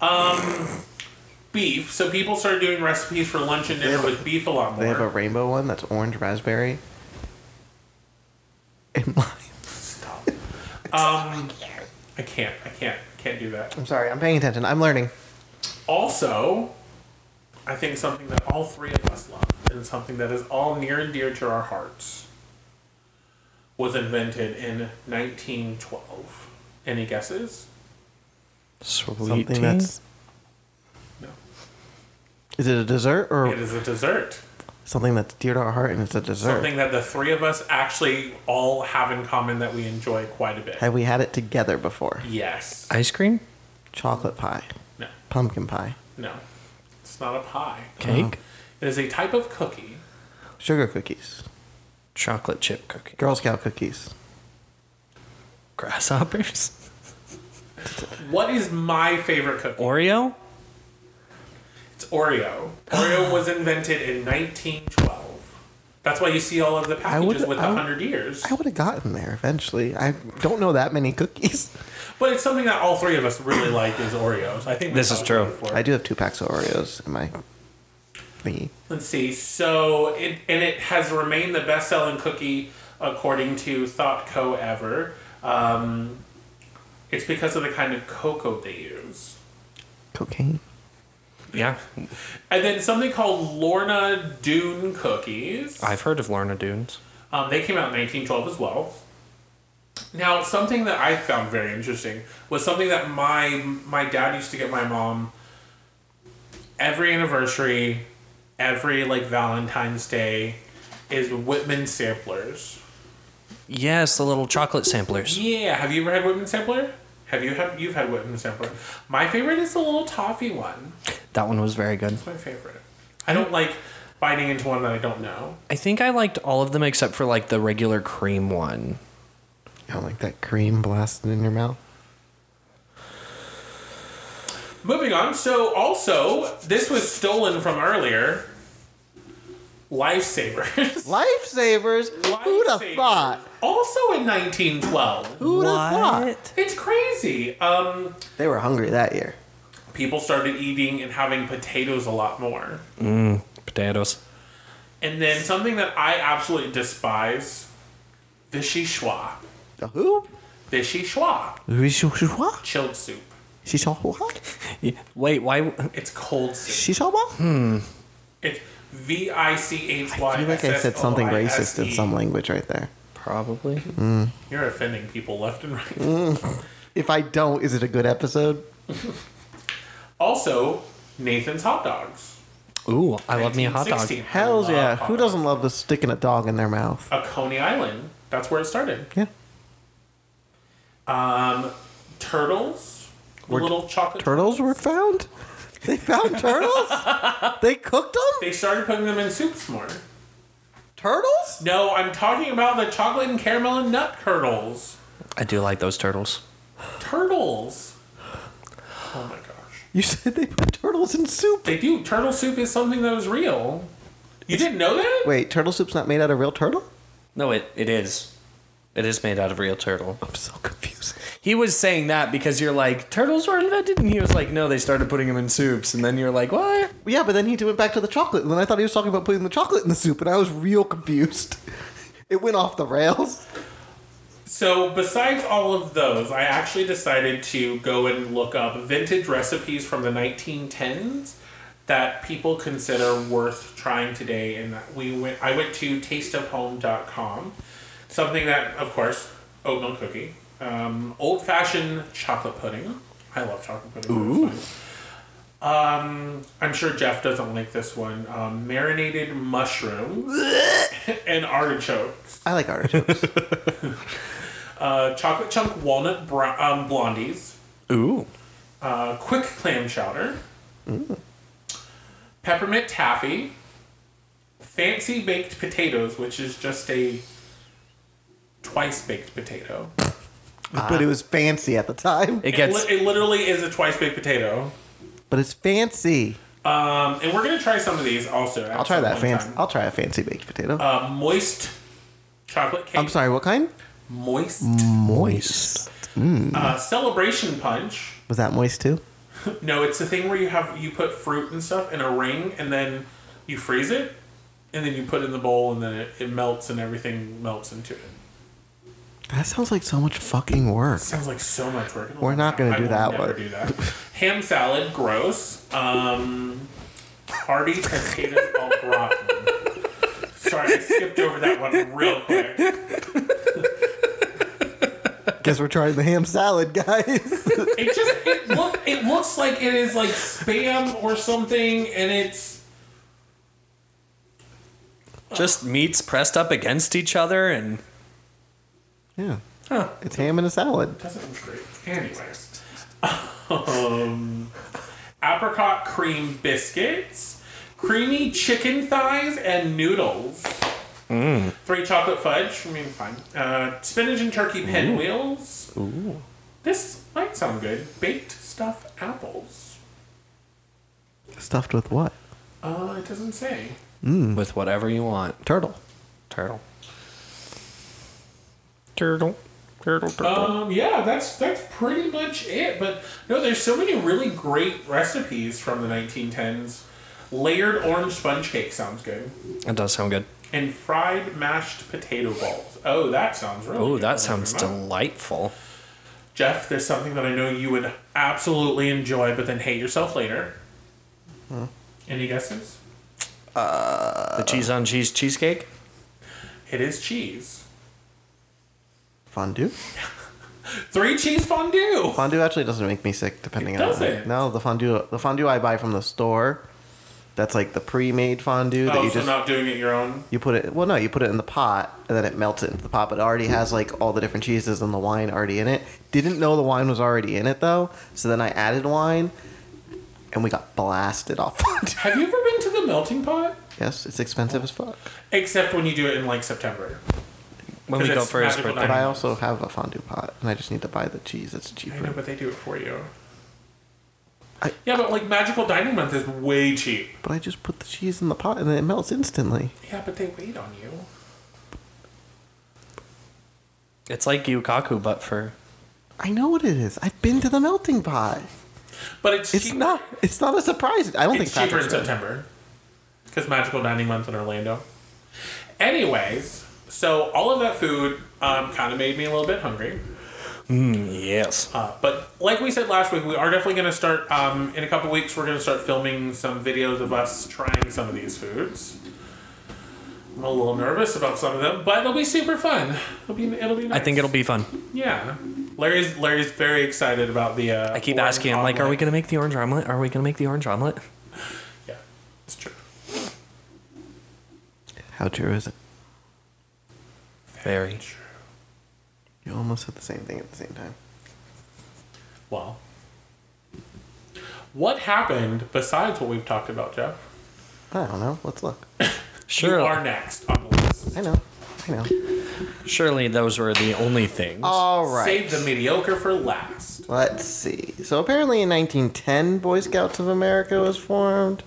[SPEAKER 1] Um, beef. So people started doing recipes for lunch and dinner with beef a lot more.
[SPEAKER 3] They have a rainbow one that's orange raspberry and lime.
[SPEAKER 1] Stop. Um, I can't. I can't. Can't do that.
[SPEAKER 3] I'm sorry. I'm paying attention. I'm learning.
[SPEAKER 1] Also, I think something that all three of us love and something that is all near and dear to our hearts was invented in 1912. Any guesses?
[SPEAKER 2] Sweet
[SPEAKER 3] Something
[SPEAKER 2] tea.
[SPEAKER 3] that's.
[SPEAKER 1] No.
[SPEAKER 3] Is it a dessert or
[SPEAKER 1] It is a dessert.
[SPEAKER 3] something that's dear to our heart and it's a dessert?
[SPEAKER 1] Something that the three of us actually all have in common that we enjoy quite a bit.
[SPEAKER 3] Have we had it together before?
[SPEAKER 1] Yes.
[SPEAKER 2] Ice cream.
[SPEAKER 3] Chocolate pie,
[SPEAKER 1] No.
[SPEAKER 3] pumpkin pie,
[SPEAKER 1] No. It's not a pie.
[SPEAKER 3] Uh-huh.
[SPEAKER 2] Cake.
[SPEAKER 1] It is a type of cookie.
[SPEAKER 3] sugar cookies,
[SPEAKER 2] Chocolate chip cookie.
[SPEAKER 3] Girl Scout cookies.
[SPEAKER 2] Grasshoppers.
[SPEAKER 1] What is my favorite cookie?
[SPEAKER 2] Oreo.
[SPEAKER 1] It's Oreo. Oreo was invented in 1912. That's why you see all of the packages
[SPEAKER 3] would-
[SPEAKER 1] with
[SPEAKER 3] I
[SPEAKER 1] the
[SPEAKER 3] would-
[SPEAKER 1] 100 years.
[SPEAKER 3] I would have gotten there eventually. I don't know that many cookies.
[SPEAKER 1] But it's something that all three of us really like is Oreos. I think we
[SPEAKER 2] This is
[SPEAKER 1] talked
[SPEAKER 2] true.
[SPEAKER 1] about it before.
[SPEAKER 3] I do have two packs of Oreos in my thingy.
[SPEAKER 1] Let's see. So it and it has remained the best-selling cookie according to ThoughtCo ever. Um, It's because of the kind of cocoa they use.
[SPEAKER 3] Cocaine.
[SPEAKER 2] Yeah,
[SPEAKER 1] And then something called Lorna Doone cookies.
[SPEAKER 2] I've heard of Lorna Dunes.
[SPEAKER 1] Um, they came out in 1912 as well. Now, something that I found very interesting was something that my my dad used to get my mom every anniversary, every like Valentine's Day, is Whitman samplers.
[SPEAKER 2] Yes, the little chocolate samplers.
[SPEAKER 1] Yeah, have you ever had Whitman sampler? Have you had you've had Whitman sampler? My favorite is the little toffee one.
[SPEAKER 2] That one was very good.
[SPEAKER 1] It's my favorite. I don't like biting into one that I don't know.
[SPEAKER 2] I think I liked all of them except for like the regular cream one.
[SPEAKER 3] You don't like that cream blasted in your mouth?
[SPEAKER 1] Moving on. So, also, this was stolen from earlier. Lifesavers.
[SPEAKER 3] Lifesavers? Who'd have
[SPEAKER 1] Lifesavers.
[SPEAKER 3] thought?
[SPEAKER 1] Also in 1912.
[SPEAKER 3] Who'd have thought?
[SPEAKER 1] It's crazy. Um,
[SPEAKER 3] They were hungry that year.
[SPEAKER 1] people started eating and having potatoes a lot more.
[SPEAKER 2] Potatoes.
[SPEAKER 1] And then something that I absolutely despise Vichyssoise.
[SPEAKER 3] The who?
[SPEAKER 1] Vichyssoise.
[SPEAKER 3] She
[SPEAKER 1] Chilled soup.
[SPEAKER 3] saw what?
[SPEAKER 2] Y- Wait, why?
[SPEAKER 1] It's cold soup.
[SPEAKER 3] She saw what? I
[SPEAKER 1] It's V I E. C H Y.
[SPEAKER 3] feel like I said something racist in some language right there.
[SPEAKER 2] Probably.
[SPEAKER 1] You're offending people left and right.
[SPEAKER 3] Mm. If I don't, is it a good episode?
[SPEAKER 1] Also, Nathan's hot dogs.
[SPEAKER 2] Ooh, I love me a hot dog.
[SPEAKER 1] 1916.
[SPEAKER 3] Hells
[SPEAKER 1] I love
[SPEAKER 3] yeah.
[SPEAKER 1] hot
[SPEAKER 3] Who
[SPEAKER 1] dogs.
[SPEAKER 3] doesn't love the sticking a dog in their mouth?
[SPEAKER 1] A Coney Island. That's where it started.
[SPEAKER 3] Yeah.
[SPEAKER 1] Turtles. the
[SPEAKER 3] Were-
[SPEAKER 1] little chocolate.
[SPEAKER 3] Turtles were found? They found turtles? they cooked them?
[SPEAKER 1] They started putting them in soups more.
[SPEAKER 3] Turtles?
[SPEAKER 1] No, I'm talking about the chocolate and caramel and nut turtles.
[SPEAKER 2] I do like those turtles.
[SPEAKER 1] Turtles. Oh my gosh.
[SPEAKER 3] You said they put turtles in soup.
[SPEAKER 1] They do. Turtle soup is something that was real. You didn't know that?
[SPEAKER 3] Wait, turtle soup's not made out of real turtle?
[SPEAKER 2] No, it, it is. It is made out of real turtle.
[SPEAKER 3] I'm so confused.
[SPEAKER 2] He was saying that because you're like, turtles were invented? And he was like, no, they started putting them in soups. And then you're like, what?
[SPEAKER 3] Yeah, but then he went back to the chocolate, and then I thought he was talking about putting the chocolate in the soup, and I was real confused. It went off the rails.
[SPEAKER 1] So, besides all of those, I actually decided to go and look up vintage recipes from the 1910s that people consider worth trying today. And that we went, I went to tasteofhome.com. Something that, of course, oatmeal cookie, um, old fashioned chocolate pudding. I love chocolate pudding. Ooh. Um, I'm sure Jeff doesn't like this one. Um, marinated mushrooms and artichokes
[SPEAKER 3] I like artichokes.
[SPEAKER 1] uh, chocolate chunk walnut bro- um, blondies,
[SPEAKER 2] Ooh.
[SPEAKER 1] uh, quick clam chowder,
[SPEAKER 3] Mm.
[SPEAKER 1] peppermint taffy, fancy baked potatoes, which is just a twice baked potato.
[SPEAKER 3] but it was fancy at the time.
[SPEAKER 2] It
[SPEAKER 1] It,
[SPEAKER 2] gets.
[SPEAKER 1] li- it literally is a twice baked potato.
[SPEAKER 3] But it's fancy.
[SPEAKER 1] Um, and we're gonna try some of these also.
[SPEAKER 3] I'll try that fancy. I'll try a fancy baked potato.
[SPEAKER 1] Uh, moist chocolate cake.
[SPEAKER 3] I'm sorry, Mm. what kind?
[SPEAKER 1] Moist
[SPEAKER 3] Moist.
[SPEAKER 1] uh, celebration punch.
[SPEAKER 3] Was that moist too?
[SPEAKER 1] No, it's the thing where you have you put fruit and stuff in a ring and then you freeze it and then you put it in the bowl and then it, it melts and everything melts into it.
[SPEAKER 3] That sounds like so much fucking work.
[SPEAKER 1] Sounds like so much work.
[SPEAKER 3] We're not gonna
[SPEAKER 1] I
[SPEAKER 3] do
[SPEAKER 1] will
[SPEAKER 3] that
[SPEAKER 1] never
[SPEAKER 3] one.
[SPEAKER 1] Do that. Ham salad, gross. Um, hearty potatoes all rotten. Sorry, I skipped over that one real quick.
[SPEAKER 3] Guess we're trying the ham salad, guys.
[SPEAKER 1] It just it look it looks like it is like spam or something, and it's
[SPEAKER 2] just meats pressed up against each other and
[SPEAKER 3] yeah. It's ham and a salad.
[SPEAKER 1] Doesn't look great. Anyways. Um, apricot cream biscuits, creamy chicken thighs, and noodles. Three chocolate fudge. I mean, fine. Uh, spinach and turkey pinwheels. Ooh. This might sound good. Baked stuffed apples.
[SPEAKER 3] Stuffed with what?
[SPEAKER 1] Uh, it doesn't say.
[SPEAKER 2] with whatever you want.
[SPEAKER 3] Turtle.
[SPEAKER 2] Turtle. Turtle. Turtle,
[SPEAKER 1] Um, yeah, that's that's pretty much it. But no, there's so many really great recipes from the 1910s. Layered orange sponge cake sounds good.
[SPEAKER 2] that does sound good.
[SPEAKER 1] and fried mashed potato balls. Oh, that sounds really.
[SPEAKER 2] Oh,
[SPEAKER 1] good.
[SPEAKER 2] that sounds
[SPEAKER 1] Remember?
[SPEAKER 2] delightful.
[SPEAKER 1] Jeff, there's something that I know you would absolutely enjoy, but then hate yourself later.
[SPEAKER 3] Hmm?
[SPEAKER 1] Any guesses?
[SPEAKER 2] the cheese on cheese cheesecake.
[SPEAKER 1] It is cheese.
[SPEAKER 3] Fondue?
[SPEAKER 1] Three cheese fondue.
[SPEAKER 3] Fondue actually doesn't make me sick, depending
[SPEAKER 1] It
[SPEAKER 3] on
[SPEAKER 1] doesn't.
[SPEAKER 3] no the fondue the fondue I buy from the store. That's like the pre-made fondue that
[SPEAKER 1] Oh,
[SPEAKER 3] you
[SPEAKER 1] so
[SPEAKER 3] just
[SPEAKER 1] not doing it your own.
[SPEAKER 3] you put it well no you put it in the pot and then it melts it into the pot, but it already has like all the different cheeses and the wine already in it. Didn't know the wine was already in it though, so then I added wine, and we got blasted off fondue.
[SPEAKER 1] Have you ever been to the melting pot?
[SPEAKER 3] yes, it's expensive as fuck.
[SPEAKER 1] Except when you do it in like September.
[SPEAKER 2] When we
[SPEAKER 1] 'Cause
[SPEAKER 2] go
[SPEAKER 1] it's
[SPEAKER 2] for his
[SPEAKER 1] magical
[SPEAKER 2] birthday.
[SPEAKER 3] But
[SPEAKER 1] dining.
[SPEAKER 3] I also have a fondue pot, and I just need to buy the cheese. It's
[SPEAKER 1] I know,
[SPEAKER 3] cheaper.
[SPEAKER 1] but they do it for you.
[SPEAKER 3] I-
[SPEAKER 1] yeah, but like magical dining month is way cheap.
[SPEAKER 3] But I just put the cheese in the pot, and then it melts instantly.
[SPEAKER 1] Yeah, but they wait on you.
[SPEAKER 2] It's like yukaku, but for
[SPEAKER 3] I know what it is. I've been to the melting pot.
[SPEAKER 1] But it's
[SPEAKER 3] It's
[SPEAKER 1] cheap-
[SPEAKER 3] not. It's not a surprise. I don't
[SPEAKER 1] It's
[SPEAKER 3] think
[SPEAKER 1] cheaper in
[SPEAKER 3] Patrick's been.
[SPEAKER 1] September because magical dining month in Orlando. Anyways, so all of that food um, kind of made me a little bit hungry.
[SPEAKER 2] yes.
[SPEAKER 1] Uh, but like we said last week, we are definitely going to start um, in a couple weeks. We're going to start filming some videos of us trying some of these foods. I'm a little nervous about some of them, but it'll be super fun. It'll be it'll be.
[SPEAKER 2] I
[SPEAKER 1] Nice.
[SPEAKER 2] think it'll be fun.
[SPEAKER 1] yeah. Larry's Larry's very excited about the. Uh,
[SPEAKER 2] I keep
[SPEAKER 1] orange
[SPEAKER 2] asking him, like, are we
[SPEAKER 1] omelet.
[SPEAKER 2] gonna make the orange omelet? Are we gonna make the orange omelet?
[SPEAKER 1] Yeah, it's true.
[SPEAKER 3] How true is it?
[SPEAKER 2] Very.
[SPEAKER 1] True.
[SPEAKER 3] You almost said the same thing at the same time.
[SPEAKER 1] Well, what happened besides what we've talked about, Jeff?
[SPEAKER 3] I don't know. Let's look.
[SPEAKER 1] You
[SPEAKER 2] Sure.
[SPEAKER 1] are next on the list.
[SPEAKER 3] I know. I know.
[SPEAKER 2] Surely those were the only things.
[SPEAKER 3] All right.
[SPEAKER 1] Save the mediocre for last.
[SPEAKER 3] Let's see. So apparently, in 1910, Boy Scouts of America was formed,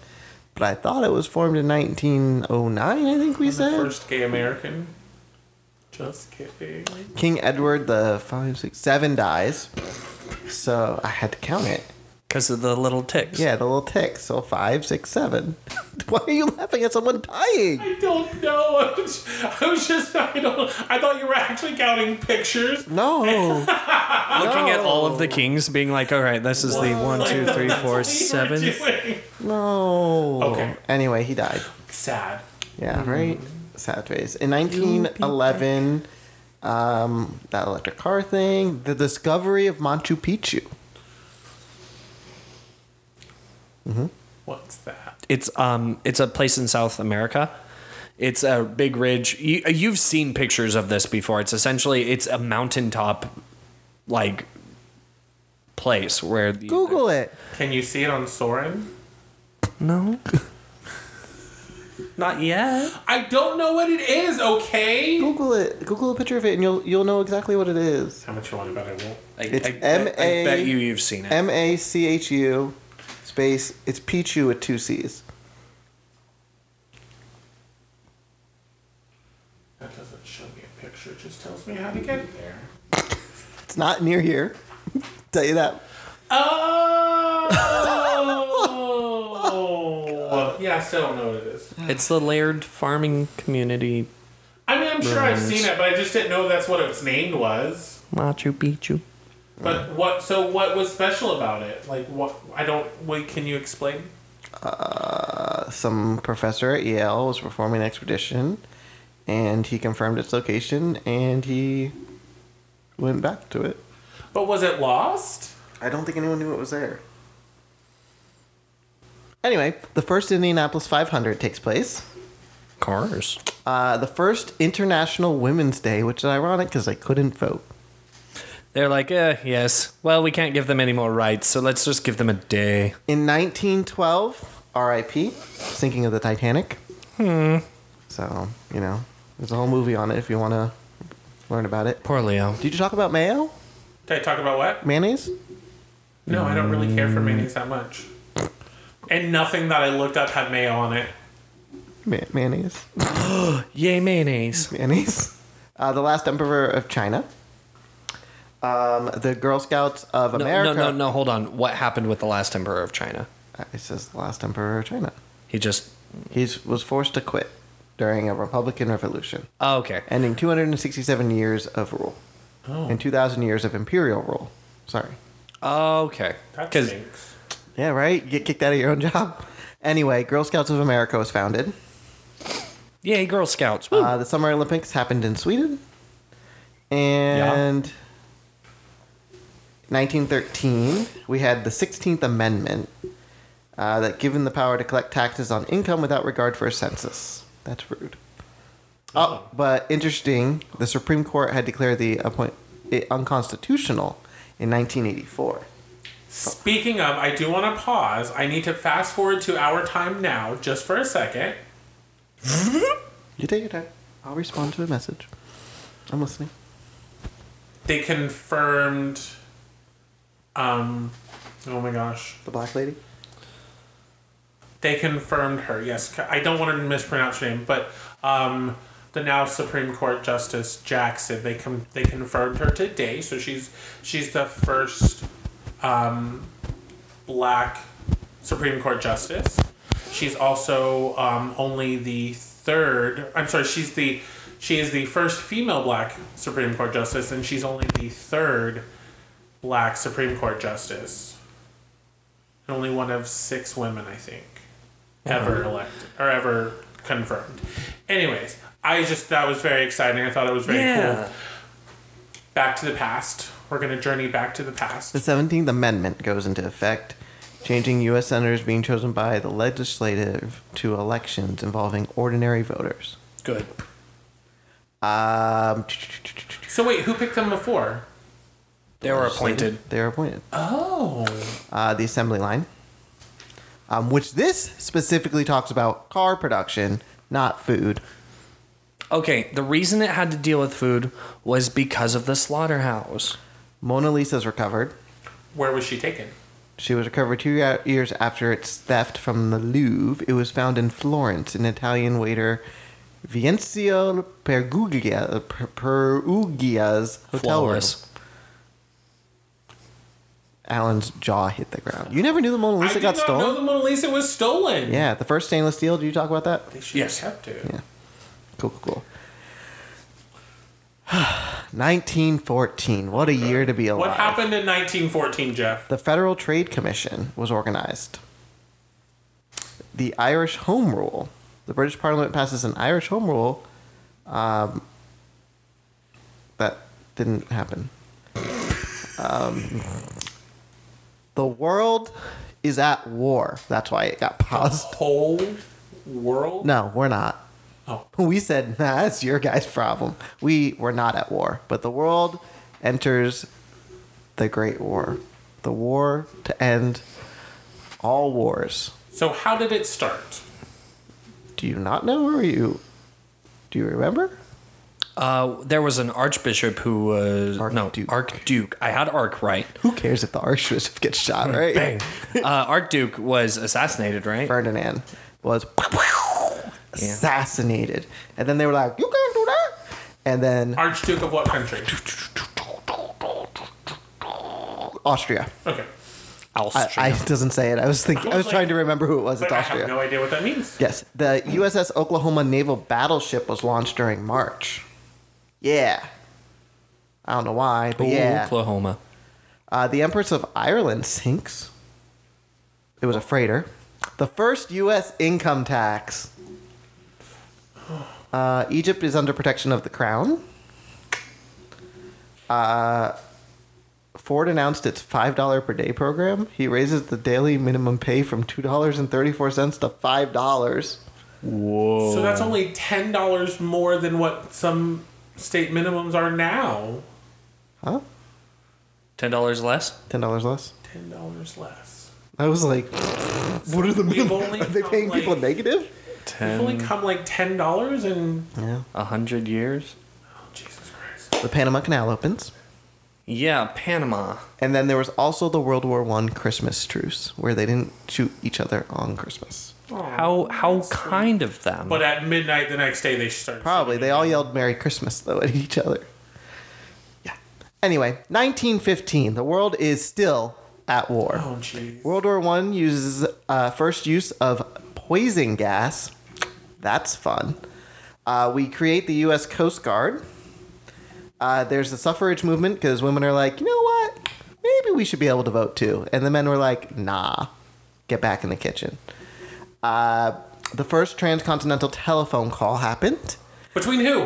[SPEAKER 3] but I thought it was formed in 1909. I think we said
[SPEAKER 1] First gay American. Just kidding.
[SPEAKER 3] King Edward the five, six, seven dies. So I had to count it.
[SPEAKER 2] Because of the little ticks.
[SPEAKER 3] Yeah, the little tick. So five, six, seven. Why are you laughing at someone dying?
[SPEAKER 1] I don't know. I was, I was just, I don't, I thought you were actually counting pictures.
[SPEAKER 3] No.
[SPEAKER 2] Looking at all of the kings, being like, all right, this is the one,
[SPEAKER 1] Like,
[SPEAKER 2] two, three,
[SPEAKER 1] that's
[SPEAKER 2] four,
[SPEAKER 1] what you were
[SPEAKER 2] seven.
[SPEAKER 1] doing.
[SPEAKER 3] No.
[SPEAKER 1] Okay.
[SPEAKER 3] Anyway, he died.
[SPEAKER 1] Sad.
[SPEAKER 3] Yeah, right? Sad face. In 1911, um, that electric car thing, the discovery of Machu Picchu.
[SPEAKER 1] What's that?
[SPEAKER 2] It's um, it's a place in South America. It's a big ridge. You, you've seen pictures of this before. It's essentially it's a mountaintop, like place where the,
[SPEAKER 3] Google it.
[SPEAKER 1] Can you see it on Soren?
[SPEAKER 2] No, not yet.
[SPEAKER 1] I don't know what it is. Okay.
[SPEAKER 3] Google it. Google a picture of it, and you'll you'll know exactly what it is.
[SPEAKER 1] How much you want about it? Won't.
[SPEAKER 2] I,
[SPEAKER 3] It's
[SPEAKER 2] I- I-
[SPEAKER 3] M.A.
[SPEAKER 2] I bet you you've seen it.
[SPEAKER 3] M A C H U space. It's Pichu with two C's.
[SPEAKER 1] That doesn't show me a picture, it just tells me how to get there.
[SPEAKER 3] It's not near here. Tell you that.
[SPEAKER 1] Oh! yeah, I still don't know what it is.
[SPEAKER 2] it's the Laird Farming Community,
[SPEAKER 1] I mean, I'm sure I've seen it, but I just didn't know that's what its named was.
[SPEAKER 2] Machu Picchu.
[SPEAKER 1] But what? So what was special about it? Like what? I don't. Wait, can you explain?
[SPEAKER 3] uh, Some professor at Yale was performing an expedition, and he confirmed its location, and he went back to it.
[SPEAKER 1] But was it lost?
[SPEAKER 3] I don't think anyone knew it was there. Anyway, the first Indianapolis 500 takes place.
[SPEAKER 2] Cars.
[SPEAKER 3] Uh, the first International Women's Day, which is ironic because I couldn't vote.
[SPEAKER 2] They're like, eh, yes. Well, we can't give them any more rights, so let's just give them a day.
[SPEAKER 3] In 1912, RIP, sinking of the Titanic. Hmm. So, you know, there's a whole movie on it if you want to learn about it.
[SPEAKER 2] Poor Leo.
[SPEAKER 3] Did you talk about mayo?
[SPEAKER 1] Did I talk about what?
[SPEAKER 3] Mayonnaise?
[SPEAKER 1] No, I don't really care for mayonnaise that much. And nothing that I looked up had mayo on it.
[SPEAKER 3] Ma- mayonnaise.
[SPEAKER 2] Yay, mayonnaise.
[SPEAKER 3] Mayonnaise. Uh, the last emperor of China. Um, the Girl Scouts of
[SPEAKER 2] No,
[SPEAKER 3] America. Uh,
[SPEAKER 2] no, no, no, hold on. What happened with the last emperor of China?
[SPEAKER 3] It says the last emperor of China.
[SPEAKER 2] He just.
[SPEAKER 3] He was forced to quit during a Republican Revolution,
[SPEAKER 2] Oh, okay. Oh.
[SPEAKER 3] Oh. ending 267 years of rule and 2,000 years of imperial rule. Sorry.
[SPEAKER 2] Okay.
[SPEAKER 1] That
[SPEAKER 2] 'Cause-
[SPEAKER 1] stinks.
[SPEAKER 3] Yeah, right? You get kicked out of your own job. Anyway, Girl Scouts of America was founded.
[SPEAKER 2] yay, Girl Scouts. Woo.
[SPEAKER 3] Uh, the Summer Olympics happened in Sweden. And 1913, we had the 16th Amendment uh, that given the power to collect taxes on income without regard for a census. That's rude. Oh, but interesting, the Supreme Court had declared the appoint- it unconstitutional in 1984.
[SPEAKER 1] Speaking of, I do want to pause. I need to fast forward to our time now, just for a second.
[SPEAKER 3] You take your time. I'll respond to a message. I'm listening.
[SPEAKER 1] They confirmed. Um, oh my gosh.
[SPEAKER 3] The black lady?
[SPEAKER 1] they confirmed her. Yes, I don't want to mispronounce her name, but um, the now Supreme Court Justice Jackson they com- they confirmed her today. So she's she's the first um, black Supreme Court justice. She's also um, only the third. I'm sorry, she's the she is the first female black Supreme Court justice, and she's only the third black Supreme Court justice and only one of six women, I think, ever elected or ever confirmed. Anyways, I just that was very exciting. I thought it was very
[SPEAKER 2] Yeah.
[SPEAKER 1] cool. Back to the past. We're gonna journey back to the past.
[SPEAKER 3] The 17th Amendment goes into effect, changing U.S. senators being chosen by the legislative to elections involving ordinary voters.
[SPEAKER 1] Good.
[SPEAKER 3] Um,
[SPEAKER 1] So wait, who picked them before?
[SPEAKER 2] They were appointed.
[SPEAKER 3] They were appointed.
[SPEAKER 1] Oh,
[SPEAKER 3] Uh, the assembly line, um, which this specifically talks about car production, not food.
[SPEAKER 2] Okay, the reason it had to deal with food was because of the slaughterhouse.
[SPEAKER 3] Mona Lisa's recovered.
[SPEAKER 1] where was she taken?
[SPEAKER 3] She was recovered two ya- years after its theft from the Louvre. It was found in Florence. An Italian waiter, Vienzio Peruglia, uh, Per- Perugia's hotel room.
[SPEAKER 2] Flawless.
[SPEAKER 3] Alan's jaw hit the ground. You never knew the Mona
[SPEAKER 1] I
[SPEAKER 3] Lisa
[SPEAKER 1] did
[SPEAKER 3] got
[SPEAKER 1] not
[SPEAKER 3] stolen?
[SPEAKER 1] know the Mona Lisa was stolen.
[SPEAKER 3] yeah, the first stainless steel. Did you talk about that?
[SPEAKER 1] They should
[SPEAKER 2] Yes.
[SPEAKER 1] have kept it.
[SPEAKER 3] Yeah. Cool, cool, cool. 1914. What a year to be alive.
[SPEAKER 1] What happened in 1914, Jeff?
[SPEAKER 3] The Federal Trade Commission was organized. The Irish Home Rule. The British Parliament passes an Irish Home Rule. Um, that didn't happen. Um, the world is at war. That's why it got paused.
[SPEAKER 1] Whole world.
[SPEAKER 3] No, we're not.
[SPEAKER 1] Oh.
[SPEAKER 3] We said, nah, that's your guys' problem. We were not at war. But the world enters the Great War. The war to end all wars.
[SPEAKER 1] So how did it start?
[SPEAKER 3] Do you not know or you do you remember?
[SPEAKER 2] Uh, there was an archbishop who was
[SPEAKER 3] Archduke.
[SPEAKER 2] no archduke. I had arc right.
[SPEAKER 3] Who cares if the Archbishop gets shot, right?
[SPEAKER 2] uh, archduke was assassinated, right?
[SPEAKER 3] Ferdinand was assassinated. And then they were like, You can't do that. And then
[SPEAKER 1] Archduke of what country?
[SPEAKER 3] Austria.
[SPEAKER 1] Okay.
[SPEAKER 3] I, I it doesn't say it. I was thinking I was trying to remember who it was.
[SPEAKER 1] But
[SPEAKER 3] It's
[SPEAKER 1] I
[SPEAKER 3] Austria.
[SPEAKER 1] have no idea what that means.
[SPEAKER 3] Yes, the USS Oklahoma naval battleship was launched during March. Yeah. I don't know why, but yeah.
[SPEAKER 2] Oklahoma.
[SPEAKER 3] Uh, the Empress of Ireland sinks. It was a freighter. The first U.S. income tax. Uh, Egypt is under protection of the crown. Uh, Ford announced its $5 per day program. He raises the daily minimum pay from $2.34 to $5.
[SPEAKER 2] Whoa.
[SPEAKER 3] Oh.
[SPEAKER 1] So that's only ten dollars more than what some state minimums are now.
[SPEAKER 3] Huh?
[SPEAKER 2] Ten dollars less.
[SPEAKER 3] Ten dollars less.
[SPEAKER 1] Ten dollars less.
[SPEAKER 3] I was like, what are the
[SPEAKER 1] We've only
[SPEAKER 3] are they
[SPEAKER 1] come,
[SPEAKER 3] paying people
[SPEAKER 1] like-
[SPEAKER 3] negative?
[SPEAKER 1] It's only come like ten dollars and
[SPEAKER 3] Yeah.
[SPEAKER 2] A hundred years.
[SPEAKER 1] oh, Jesus Christ.
[SPEAKER 3] The Panama Canal opens,
[SPEAKER 2] Yeah, Panama.
[SPEAKER 3] and then there was also the World War One Christmas truce, where they didn't shoot each other on Christmas.
[SPEAKER 2] How how kind of them.
[SPEAKER 1] But uh, at midnight the next day they started.
[SPEAKER 3] Probably they all yelled "Merry Christmas" though at each other. Yeah. Anyway, 1915. The world is still at war.
[SPEAKER 1] Oh jeez.
[SPEAKER 3] World War One uses uh, first use of poison gas. That's fun. Uh, we create the U.S. Coast Guard. Uh, there's the suffrage movement because women are like, you know what? Maybe we should be able to vote too. And the men were like, nah, get back in the kitchen. Uh, the first transcontinental telephone call happened.
[SPEAKER 1] Between who?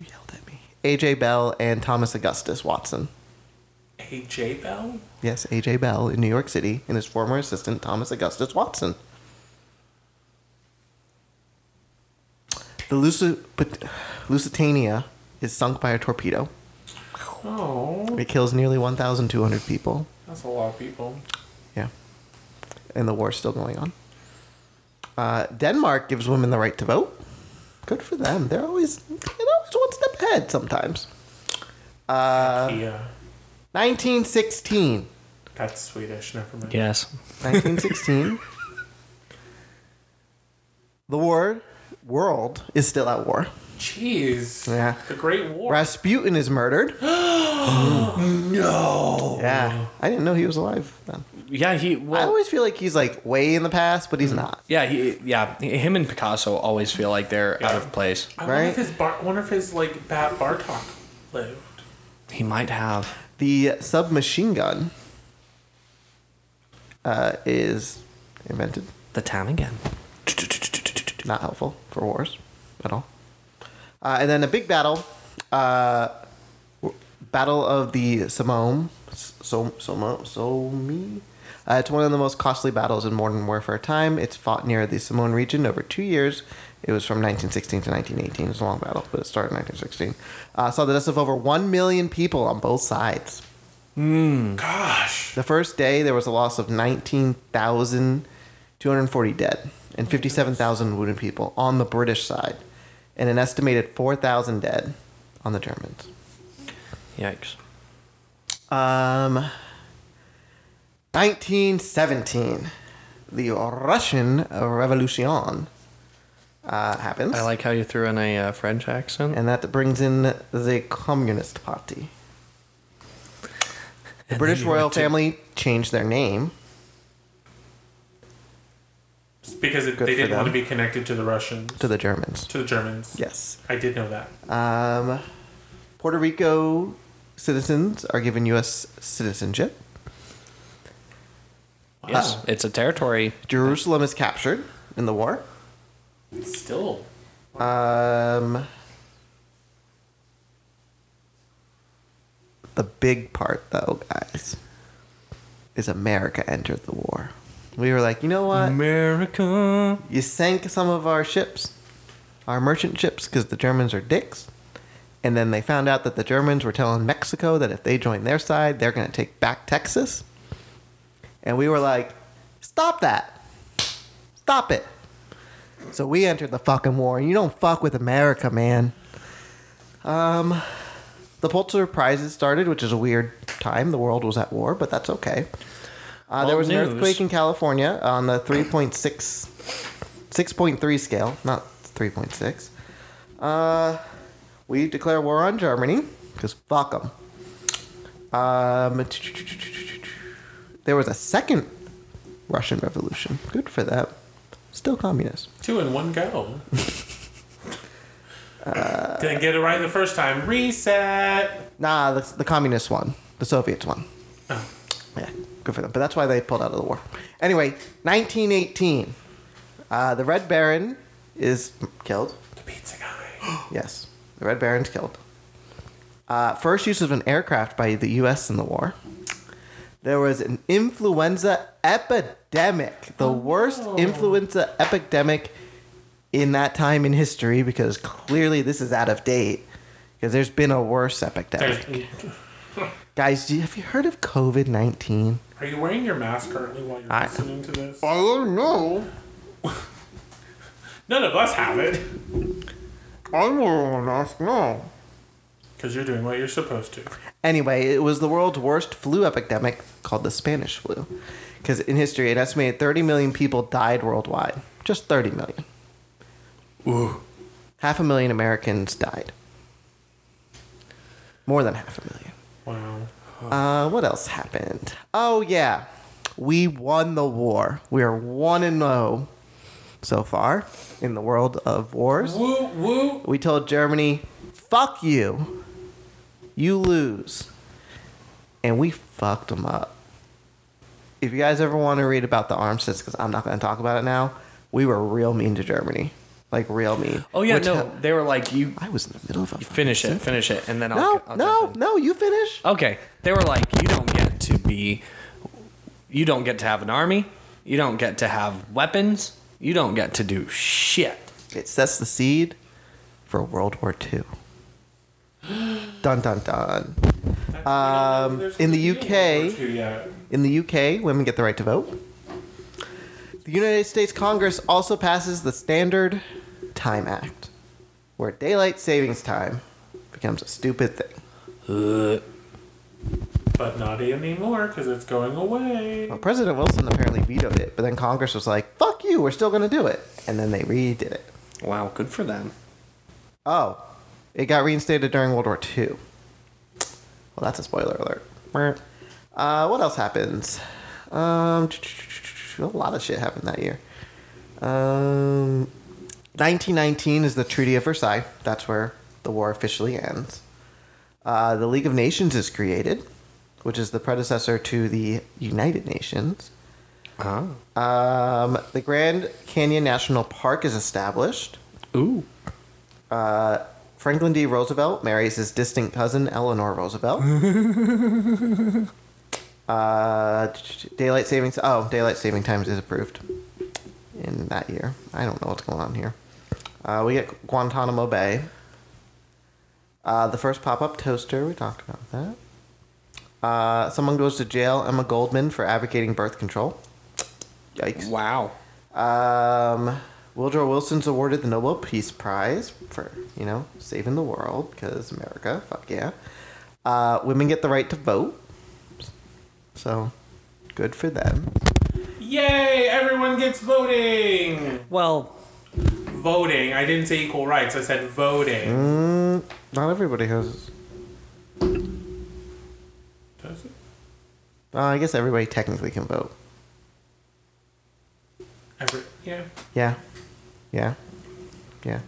[SPEAKER 3] You yelled at me. AJ Bell and Thomas Augustus Watson.
[SPEAKER 1] AJ Bell?
[SPEAKER 3] Yes, AJ Bell in New York City and his former assistant Thomas Augustus Watson. The Lusi- Put- Lusitania is sunk by a torpedo.
[SPEAKER 1] Oh,
[SPEAKER 3] It kills nearly 1,200 people.
[SPEAKER 1] that's a lot of people.
[SPEAKER 3] Yeah. And the war's still going on. Uh, Denmark gives women the right to vote. Good for them. They're always, they're always one step ahead sometimes. Uh,
[SPEAKER 1] yeah.
[SPEAKER 3] 1916.
[SPEAKER 1] That's Swedish, never mind.
[SPEAKER 2] Yes.
[SPEAKER 3] 1916. the war, world is still at war.
[SPEAKER 1] Jeez.
[SPEAKER 3] Yeah.
[SPEAKER 1] The Great War.
[SPEAKER 3] Rasputin is murdered.
[SPEAKER 1] no.
[SPEAKER 3] Yeah. I didn't know he was alive then.
[SPEAKER 2] Yeah, he.
[SPEAKER 3] I
[SPEAKER 2] Well,
[SPEAKER 3] always feel like he's like way in the past, but he's not.
[SPEAKER 2] yeah, he. Yeah, him and Picasso always feel like they're out of place.
[SPEAKER 1] I wonder if
[SPEAKER 3] Right?
[SPEAKER 1] his bar- wonder if his like Bat Bartok lived.
[SPEAKER 2] He might have.
[SPEAKER 3] The submachine gun uh, is invented.
[SPEAKER 2] The time again.
[SPEAKER 3] Not helpful for wars at all. Uh, and then a big battle, uh, w- battle of the Somme, so Somme, Somme. Uh, it's one of the most costly battles in modern warfare time. It's fought near the Simone region over two years. It was from 1916 to 1918. It was a long battle, but it started in 1916. Uh, saw the deaths of over 1 million people on both sides. Mm.
[SPEAKER 1] Gosh.
[SPEAKER 3] The first day, there was a loss of 19,240 dead and 57,000 wounded people on the British side, and an estimated 4,000 dead on the Germans.
[SPEAKER 2] Yikes.
[SPEAKER 3] Um, 1917, the Russian Revolution uh, happens,
[SPEAKER 2] I like how you threw in a uh, French accent.
[SPEAKER 3] and that brings in the Communist Party. The
[SPEAKER 2] And
[SPEAKER 3] British
[SPEAKER 2] then you
[SPEAKER 3] royal
[SPEAKER 2] went to-
[SPEAKER 3] family changed their name.
[SPEAKER 1] Because it,
[SPEAKER 3] Good
[SPEAKER 1] they
[SPEAKER 3] for
[SPEAKER 1] didn't want to
[SPEAKER 3] them.
[SPEAKER 1] be connected to the Russians,
[SPEAKER 3] To the Germans.
[SPEAKER 1] to the Germans.
[SPEAKER 3] Yes.
[SPEAKER 1] I did know that.
[SPEAKER 3] Um, Puerto Rico citizens are given U.S. citizenship.
[SPEAKER 2] Yes, it's a territory.
[SPEAKER 3] Jerusalem is captured in the war.
[SPEAKER 1] Still.
[SPEAKER 3] Um, the big part, though, guys, is America entered the war. We were like, you know what?
[SPEAKER 2] America.
[SPEAKER 3] You sank some of our ships, our merchant ships, because the Germans are dicks. And then they found out that the Germans were telling Mexico that if they join their side, they're going to take back Texas. And we were like, stop that. Stop it. So we entered the fucking war. You don't fuck with America, man. Um, the Pulitzer Prizes started, which is a weird time. The world was at war, but that's okay. Uh, there
[SPEAKER 2] Old
[SPEAKER 3] was an
[SPEAKER 2] news.
[SPEAKER 3] earthquake in California on the 3.6, 6.3 scale, not 3.6. Uh, we declare war on Germany because fuck them. Um, there was a second Russian Revolution. Good for that. Still communist.
[SPEAKER 1] Two in one go. Didn't get it right the first time. Reset.
[SPEAKER 3] Nah, the, the communists won. The Soviets won.
[SPEAKER 1] Oh.
[SPEAKER 3] Yeah, good for them. But that's why they pulled out of the war. Anyway, 1918. Uh, the Red Baron is killed.
[SPEAKER 1] The pizza guy.
[SPEAKER 3] Yes, the Red Baron's killed. Uh, first use of an aircraft by the U.S. in the war. There was an influenza epidemic, the worst influenza epidemic in that time in history, because clearly this is out of date. Because there's been a worse epidemic.
[SPEAKER 1] There's-
[SPEAKER 3] Guys, do you, have you heard of COVID 19?
[SPEAKER 1] Are you wearing your mask currently while you're
[SPEAKER 3] I-
[SPEAKER 1] listening to this?
[SPEAKER 3] don't know.
[SPEAKER 1] None of us have it.
[SPEAKER 3] I don't know.
[SPEAKER 1] Because you're doing what you're supposed to.
[SPEAKER 3] Anyway, it was the world's worst flu epidemic called the Spanish flu. Because in history, an estimated 30 million people died worldwide. Just 30 million.
[SPEAKER 1] Ooh.
[SPEAKER 3] Half a million Americans died. More than half a million.
[SPEAKER 1] Wow.
[SPEAKER 3] Uh, what else happened? Oh, yeah. We won the war. We are 1 and 0 so far in the world of wars.
[SPEAKER 1] Woo, woo.
[SPEAKER 3] We told Germany, fuck you. You lose. and we fucked them up. If you guys ever want to read about the armistice, because I'm not going to talk about it now, we were real mean to Germany, like real mean.
[SPEAKER 2] Oh yeah,
[SPEAKER 3] Which
[SPEAKER 2] no,
[SPEAKER 3] ha-
[SPEAKER 2] they were like, you
[SPEAKER 3] I was in the middle of a
[SPEAKER 2] finish
[SPEAKER 3] fucking
[SPEAKER 2] it,
[SPEAKER 3] sentence.
[SPEAKER 2] finish it, and then I'll.
[SPEAKER 3] No,
[SPEAKER 2] I'll
[SPEAKER 3] no,
[SPEAKER 2] jump in.
[SPEAKER 3] no, you finish.
[SPEAKER 2] Okay, they were like, you don't get to be, you don't get to have an army, you don't get to have weapons, you don't get to do shit.
[SPEAKER 3] It sets the seed for World War II. dun dun dun. Um, in the UK,
[SPEAKER 1] Yeah.
[SPEAKER 3] In the UK, women get the right to vote. The United States Congress also passes the Standard Time Act, where daylight savings time becomes a stupid thing.
[SPEAKER 2] Uh,
[SPEAKER 1] But not anymore because it's going away.
[SPEAKER 3] Well, President Wilson apparently vetoed it, but then Congress was like, fuck you, we're still going to do it. And then they redid it.
[SPEAKER 2] wow, good for them.
[SPEAKER 3] Oh, it got reinstated during World War II. Well, that's a spoiler alert. Merp. Uh, what else happens? Um, a lot of shit happened that year. Um, 1919 is the Treaty of Versailles. That's where the war officially ends. Uh, the League of Nations is created, which is the predecessor to the United Nations. Ah.
[SPEAKER 2] Oh.
[SPEAKER 3] Um, the Grand Canyon National Park is established.
[SPEAKER 2] Ooh.
[SPEAKER 3] Franklin D. Roosevelt marries his distant cousin Eleanor Roosevelt. uh, daylight savings. Oh, daylight saving times is approved in that year. I don't know what's going on here. Uh, we get Guantanamo Bay. Uh, the first pop-up toaster. We talked about that. Uh, someone goes to jail. Emma Goldman for advocating birth control. Yikes.
[SPEAKER 2] Wow.
[SPEAKER 3] Um, Woodrow Wilson's awarded the Nobel Peace Prize for, you know, saving the world because America, fuck yeah. Uh, women get the right to vote. So, good for them.
[SPEAKER 1] Yay! Everyone gets voting.
[SPEAKER 2] Well,
[SPEAKER 1] Voting. I didn't say equal rights. I said voting.
[SPEAKER 3] Mm, not everybody has.
[SPEAKER 1] Does it?
[SPEAKER 3] Uh, I guess everybody technically can vote.
[SPEAKER 1] Every, yeah.
[SPEAKER 3] Yeah. Yeah. Yeah.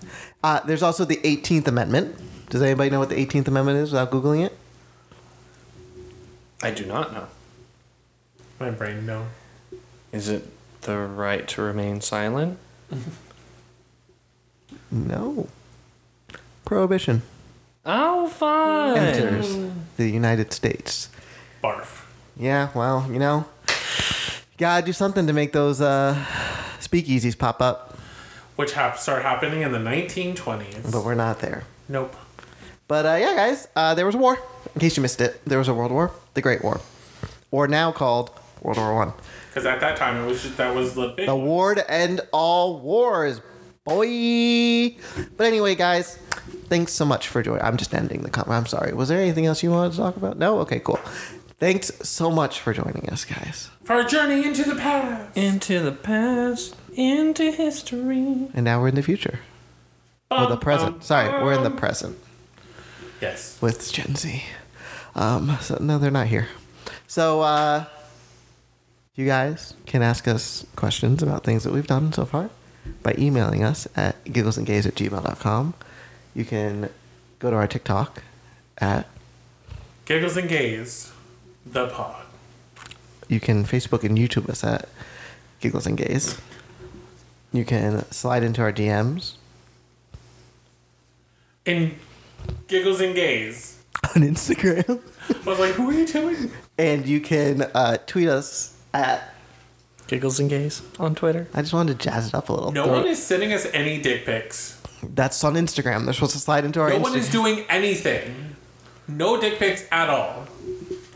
[SPEAKER 3] Uh, there's also the 18th Amendment. Does anybody know what the 18th Amendment is without Googling it?
[SPEAKER 2] I do not know.
[SPEAKER 1] My brain no.
[SPEAKER 2] Is it the right to remain silent?
[SPEAKER 3] No. Prohibition
[SPEAKER 2] Oh, fine.
[SPEAKER 3] enters the United States.
[SPEAKER 1] Barf.
[SPEAKER 3] Yeah, well, you know, you gotta do something to make those uh, speakeasies pop up,
[SPEAKER 1] Which hap- start happening in the 1920s.
[SPEAKER 3] but we're not there.
[SPEAKER 1] nope.
[SPEAKER 3] But uh, yeah, guys, uh, there was a war. In case you missed it, there was a World War, the Great War, or now called World War One,
[SPEAKER 1] Because at that time, it was just that was the big.
[SPEAKER 3] the war to end all wars, boy. But anyway, guys, thanks so much for joining. I'm just ending the comment. I'm sorry. Was there anything else you wanted to talk about? No. Okay, cool. Thanks so much for joining us, guys.
[SPEAKER 1] for our journey into the past.
[SPEAKER 2] Into the past, into history.
[SPEAKER 3] And now we're in the future. Or the present. Sorry, we're in the present.
[SPEAKER 1] Yes.
[SPEAKER 3] with Gen Z. Um, so no, they're not here. So uh, you guys can ask us questions about things that we've done so far by emailing us at gigglesandgaze at gmail.com. You can go to our TikTok at
[SPEAKER 1] Giggles and gaze. The pod.
[SPEAKER 3] you can Facebook and YouTube us at Giggles and Gaze. You can slide into our DMs
[SPEAKER 1] In giggles and gaze.
[SPEAKER 3] on Instagram.
[SPEAKER 1] I was like, who are you doing?
[SPEAKER 3] And you can uh, tweet us at
[SPEAKER 2] Giggles and gaze on Twitter.
[SPEAKER 3] I just wanted to jazz it up a little.
[SPEAKER 1] No
[SPEAKER 3] Throw-
[SPEAKER 1] one is sending us any dick pics.
[SPEAKER 3] That's on Instagram. They're supposed to slide into our
[SPEAKER 1] No
[SPEAKER 3] Instagram.
[SPEAKER 1] one is doing anything. No dick pics at all.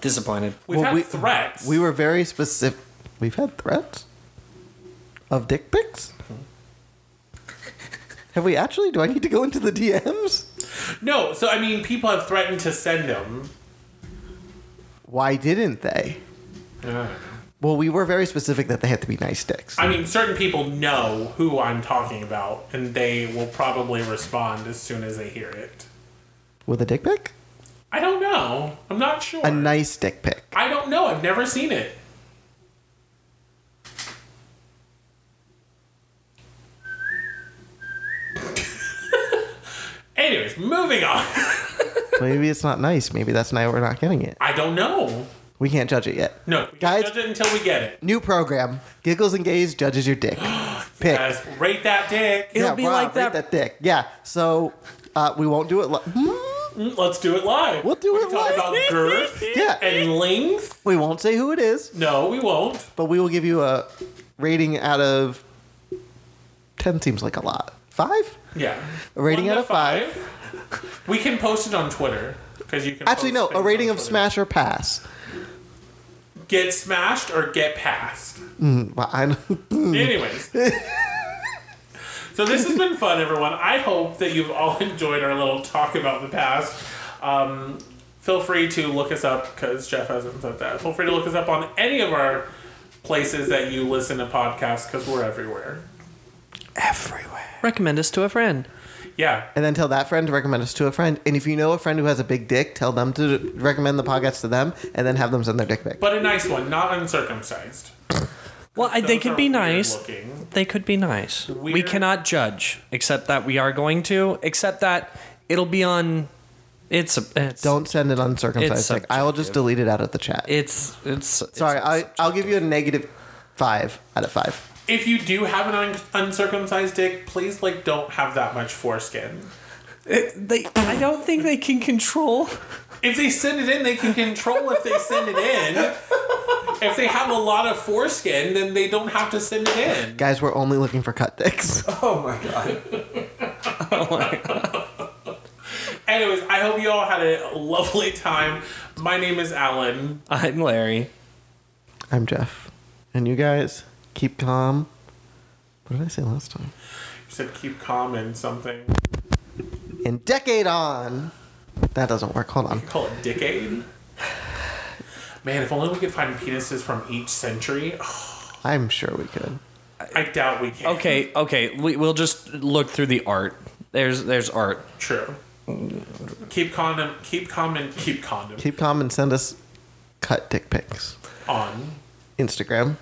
[SPEAKER 2] Disappointed.
[SPEAKER 1] We've
[SPEAKER 3] Well,
[SPEAKER 1] had
[SPEAKER 3] we-
[SPEAKER 1] threats.
[SPEAKER 3] We were very specific. We've had threats of dick pics. Have we actually? Do I need to go into the DMs?
[SPEAKER 1] no, so I mean, people have threatened to send them.
[SPEAKER 3] Why didn't they? Ah. Well, we were very specific that they had to be nice dicks.
[SPEAKER 1] I mean, certain people know who I'm talking about, and they will probably respond as soon as they hear it.
[SPEAKER 3] With a dick pic?
[SPEAKER 1] I don't know. I'm not sure.
[SPEAKER 3] A nice dick pic.
[SPEAKER 1] I don't know. I've never seen it. Anyways, moving on.
[SPEAKER 3] Maybe it's not nice. Maybe that's why we're not getting it.
[SPEAKER 1] I don't know.
[SPEAKER 3] We can't judge it yet.
[SPEAKER 1] No, we
[SPEAKER 3] Guys-
[SPEAKER 1] Guys, judge it until we get it.
[SPEAKER 3] New program: Giggles and Gays judges your dick. Pick.
[SPEAKER 1] Guys, rate that dick.
[SPEAKER 2] It'll
[SPEAKER 3] yeah,
[SPEAKER 2] be
[SPEAKER 3] Rob,
[SPEAKER 2] like
[SPEAKER 3] rate
[SPEAKER 2] that-
[SPEAKER 3] that dick. Yeah. So uh, we won't do it. Li- Hmm?
[SPEAKER 1] Mm, Let's do it live.
[SPEAKER 3] We'll do
[SPEAKER 1] we
[SPEAKER 3] it
[SPEAKER 1] can talk
[SPEAKER 3] live.
[SPEAKER 1] about girth
[SPEAKER 3] yeah.
[SPEAKER 1] and length.
[SPEAKER 3] We won't say who it is,
[SPEAKER 1] No, we won't.
[SPEAKER 3] but we will give you a rating out of ten. Seems like a lot. Five.
[SPEAKER 1] Yeah.
[SPEAKER 3] A rating
[SPEAKER 1] One
[SPEAKER 3] out
[SPEAKER 1] to
[SPEAKER 3] of five.
[SPEAKER 1] five. We can post it on Twitter because you can.
[SPEAKER 3] Actually,
[SPEAKER 1] post
[SPEAKER 3] no.
[SPEAKER 1] things
[SPEAKER 3] A
[SPEAKER 1] on
[SPEAKER 3] rating of
[SPEAKER 1] Twitter.
[SPEAKER 3] smash or pass.
[SPEAKER 1] Get smashed or get passed.
[SPEAKER 3] Well, I
[SPEAKER 1] Anyways. so this has been fun, everyone. I hope that you've all enjoyed our little talk about the past. Um, feel free to look us up because Jeff hasn't said that. Feel free to look us up on any of our places that you listen to podcasts because we're everywhere.
[SPEAKER 3] everywhere.
[SPEAKER 2] Recommend us to a friend.
[SPEAKER 1] Yeah.
[SPEAKER 3] And then tell that friend to recommend us to a friend. And if you know a friend who has a big dick, tell them to recommend the podcast to them, and then have them send their dick pic.
[SPEAKER 1] But a nice one, not uncircumcised.
[SPEAKER 2] Well, I, they
[SPEAKER 1] Those
[SPEAKER 2] could
[SPEAKER 1] are
[SPEAKER 2] be
[SPEAKER 1] weird
[SPEAKER 2] nice.
[SPEAKER 1] Looking.
[SPEAKER 2] They could be nice. We
[SPEAKER 1] Weird.
[SPEAKER 2] cannot judge, except that we are going to. Except that it'll be on. It's it's
[SPEAKER 3] Don't send it uncircumcised
[SPEAKER 2] It's
[SPEAKER 3] dick. I will just delete it out of the chat.
[SPEAKER 2] It's it's it's-
[SPEAKER 3] Sorry, I, I'll give you a negative five out of five.
[SPEAKER 1] If you do have an un- uncircumcised dick, please like don't have that much foreskin.
[SPEAKER 2] It- Uh, they, I don't think they can control.
[SPEAKER 1] If they send it in, they can control if they send it in. If they have a lot of foreskin, then they don't have to send it in.
[SPEAKER 3] Guys, we're only looking for cut dicks.
[SPEAKER 5] Oh my god.
[SPEAKER 1] Anyways, I hope you all had a lovely time. My name is Alan.
[SPEAKER 2] I'm Larry.
[SPEAKER 3] I'm Jeff. And you guys, keep calm. What did I say last time?
[SPEAKER 1] You said keep calm and something.
[SPEAKER 3] And decade on. That doesn't work. Hold on.
[SPEAKER 1] Call it decade. Man, if only we could find penises from each century.
[SPEAKER 3] I'm sure we could.
[SPEAKER 1] I doubt we can.
[SPEAKER 2] Okay, okay. We, we'll just look through the art. There's there's art.
[SPEAKER 1] True. Keep condom. Keep calm and keep condom
[SPEAKER 3] Keep calm and send us cut dick pics.
[SPEAKER 1] on.
[SPEAKER 3] Instagram.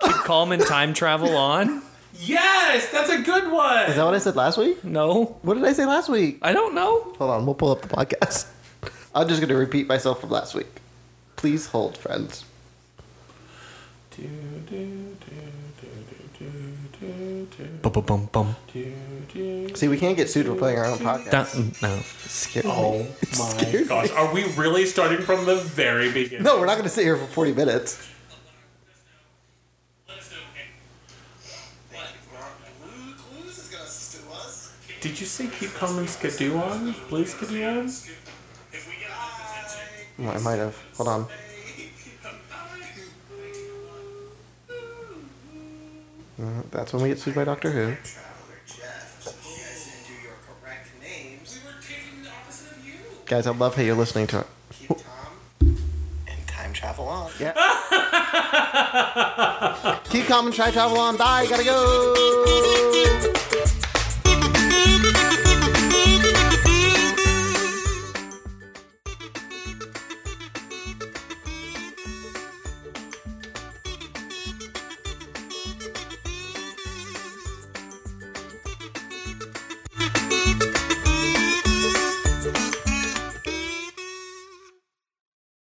[SPEAKER 2] Calm and time travel on.
[SPEAKER 1] Yes, that's a good
[SPEAKER 3] Is
[SPEAKER 1] one.
[SPEAKER 3] that what I said last week?
[SPEAKER 2] No,
[SPEAKER 3] What did I say last week?
[SPEAKER 2] I don't know.
[SPEAKER 3] Hold on, we'll pull up the podcast. I'm just going to repeat myself from last week. Please hold, friends.
[SPEAKER 1] Do, do, do, do, do, do, do.
[SPEAKER 2] Bum bum bum bum.
[SPEAKER 3] See, we can't get sued. We're playing our own podcast.
[SPEAKER 2] Dun- no.
[SPEAKER 3] It's scary.
[SPEAKER 1] Oh my gosh. Are we really starting from the very beginning?
[SPEAKER 3] No, we're not going to sit here for 40 minutes.
[SPEAKER 1] Did you say keep calm and skidoo on? Please skidoo on?
[SPEAKER 3] Well, I might have. Hold on. Uh, That's when we get sued by Doctor Who. Guys, I love how you're listening to it.
[SPEAKER 5] Time travel on.
[SPEAKER 3] Keep calm and try travel on. Bye, gotta go.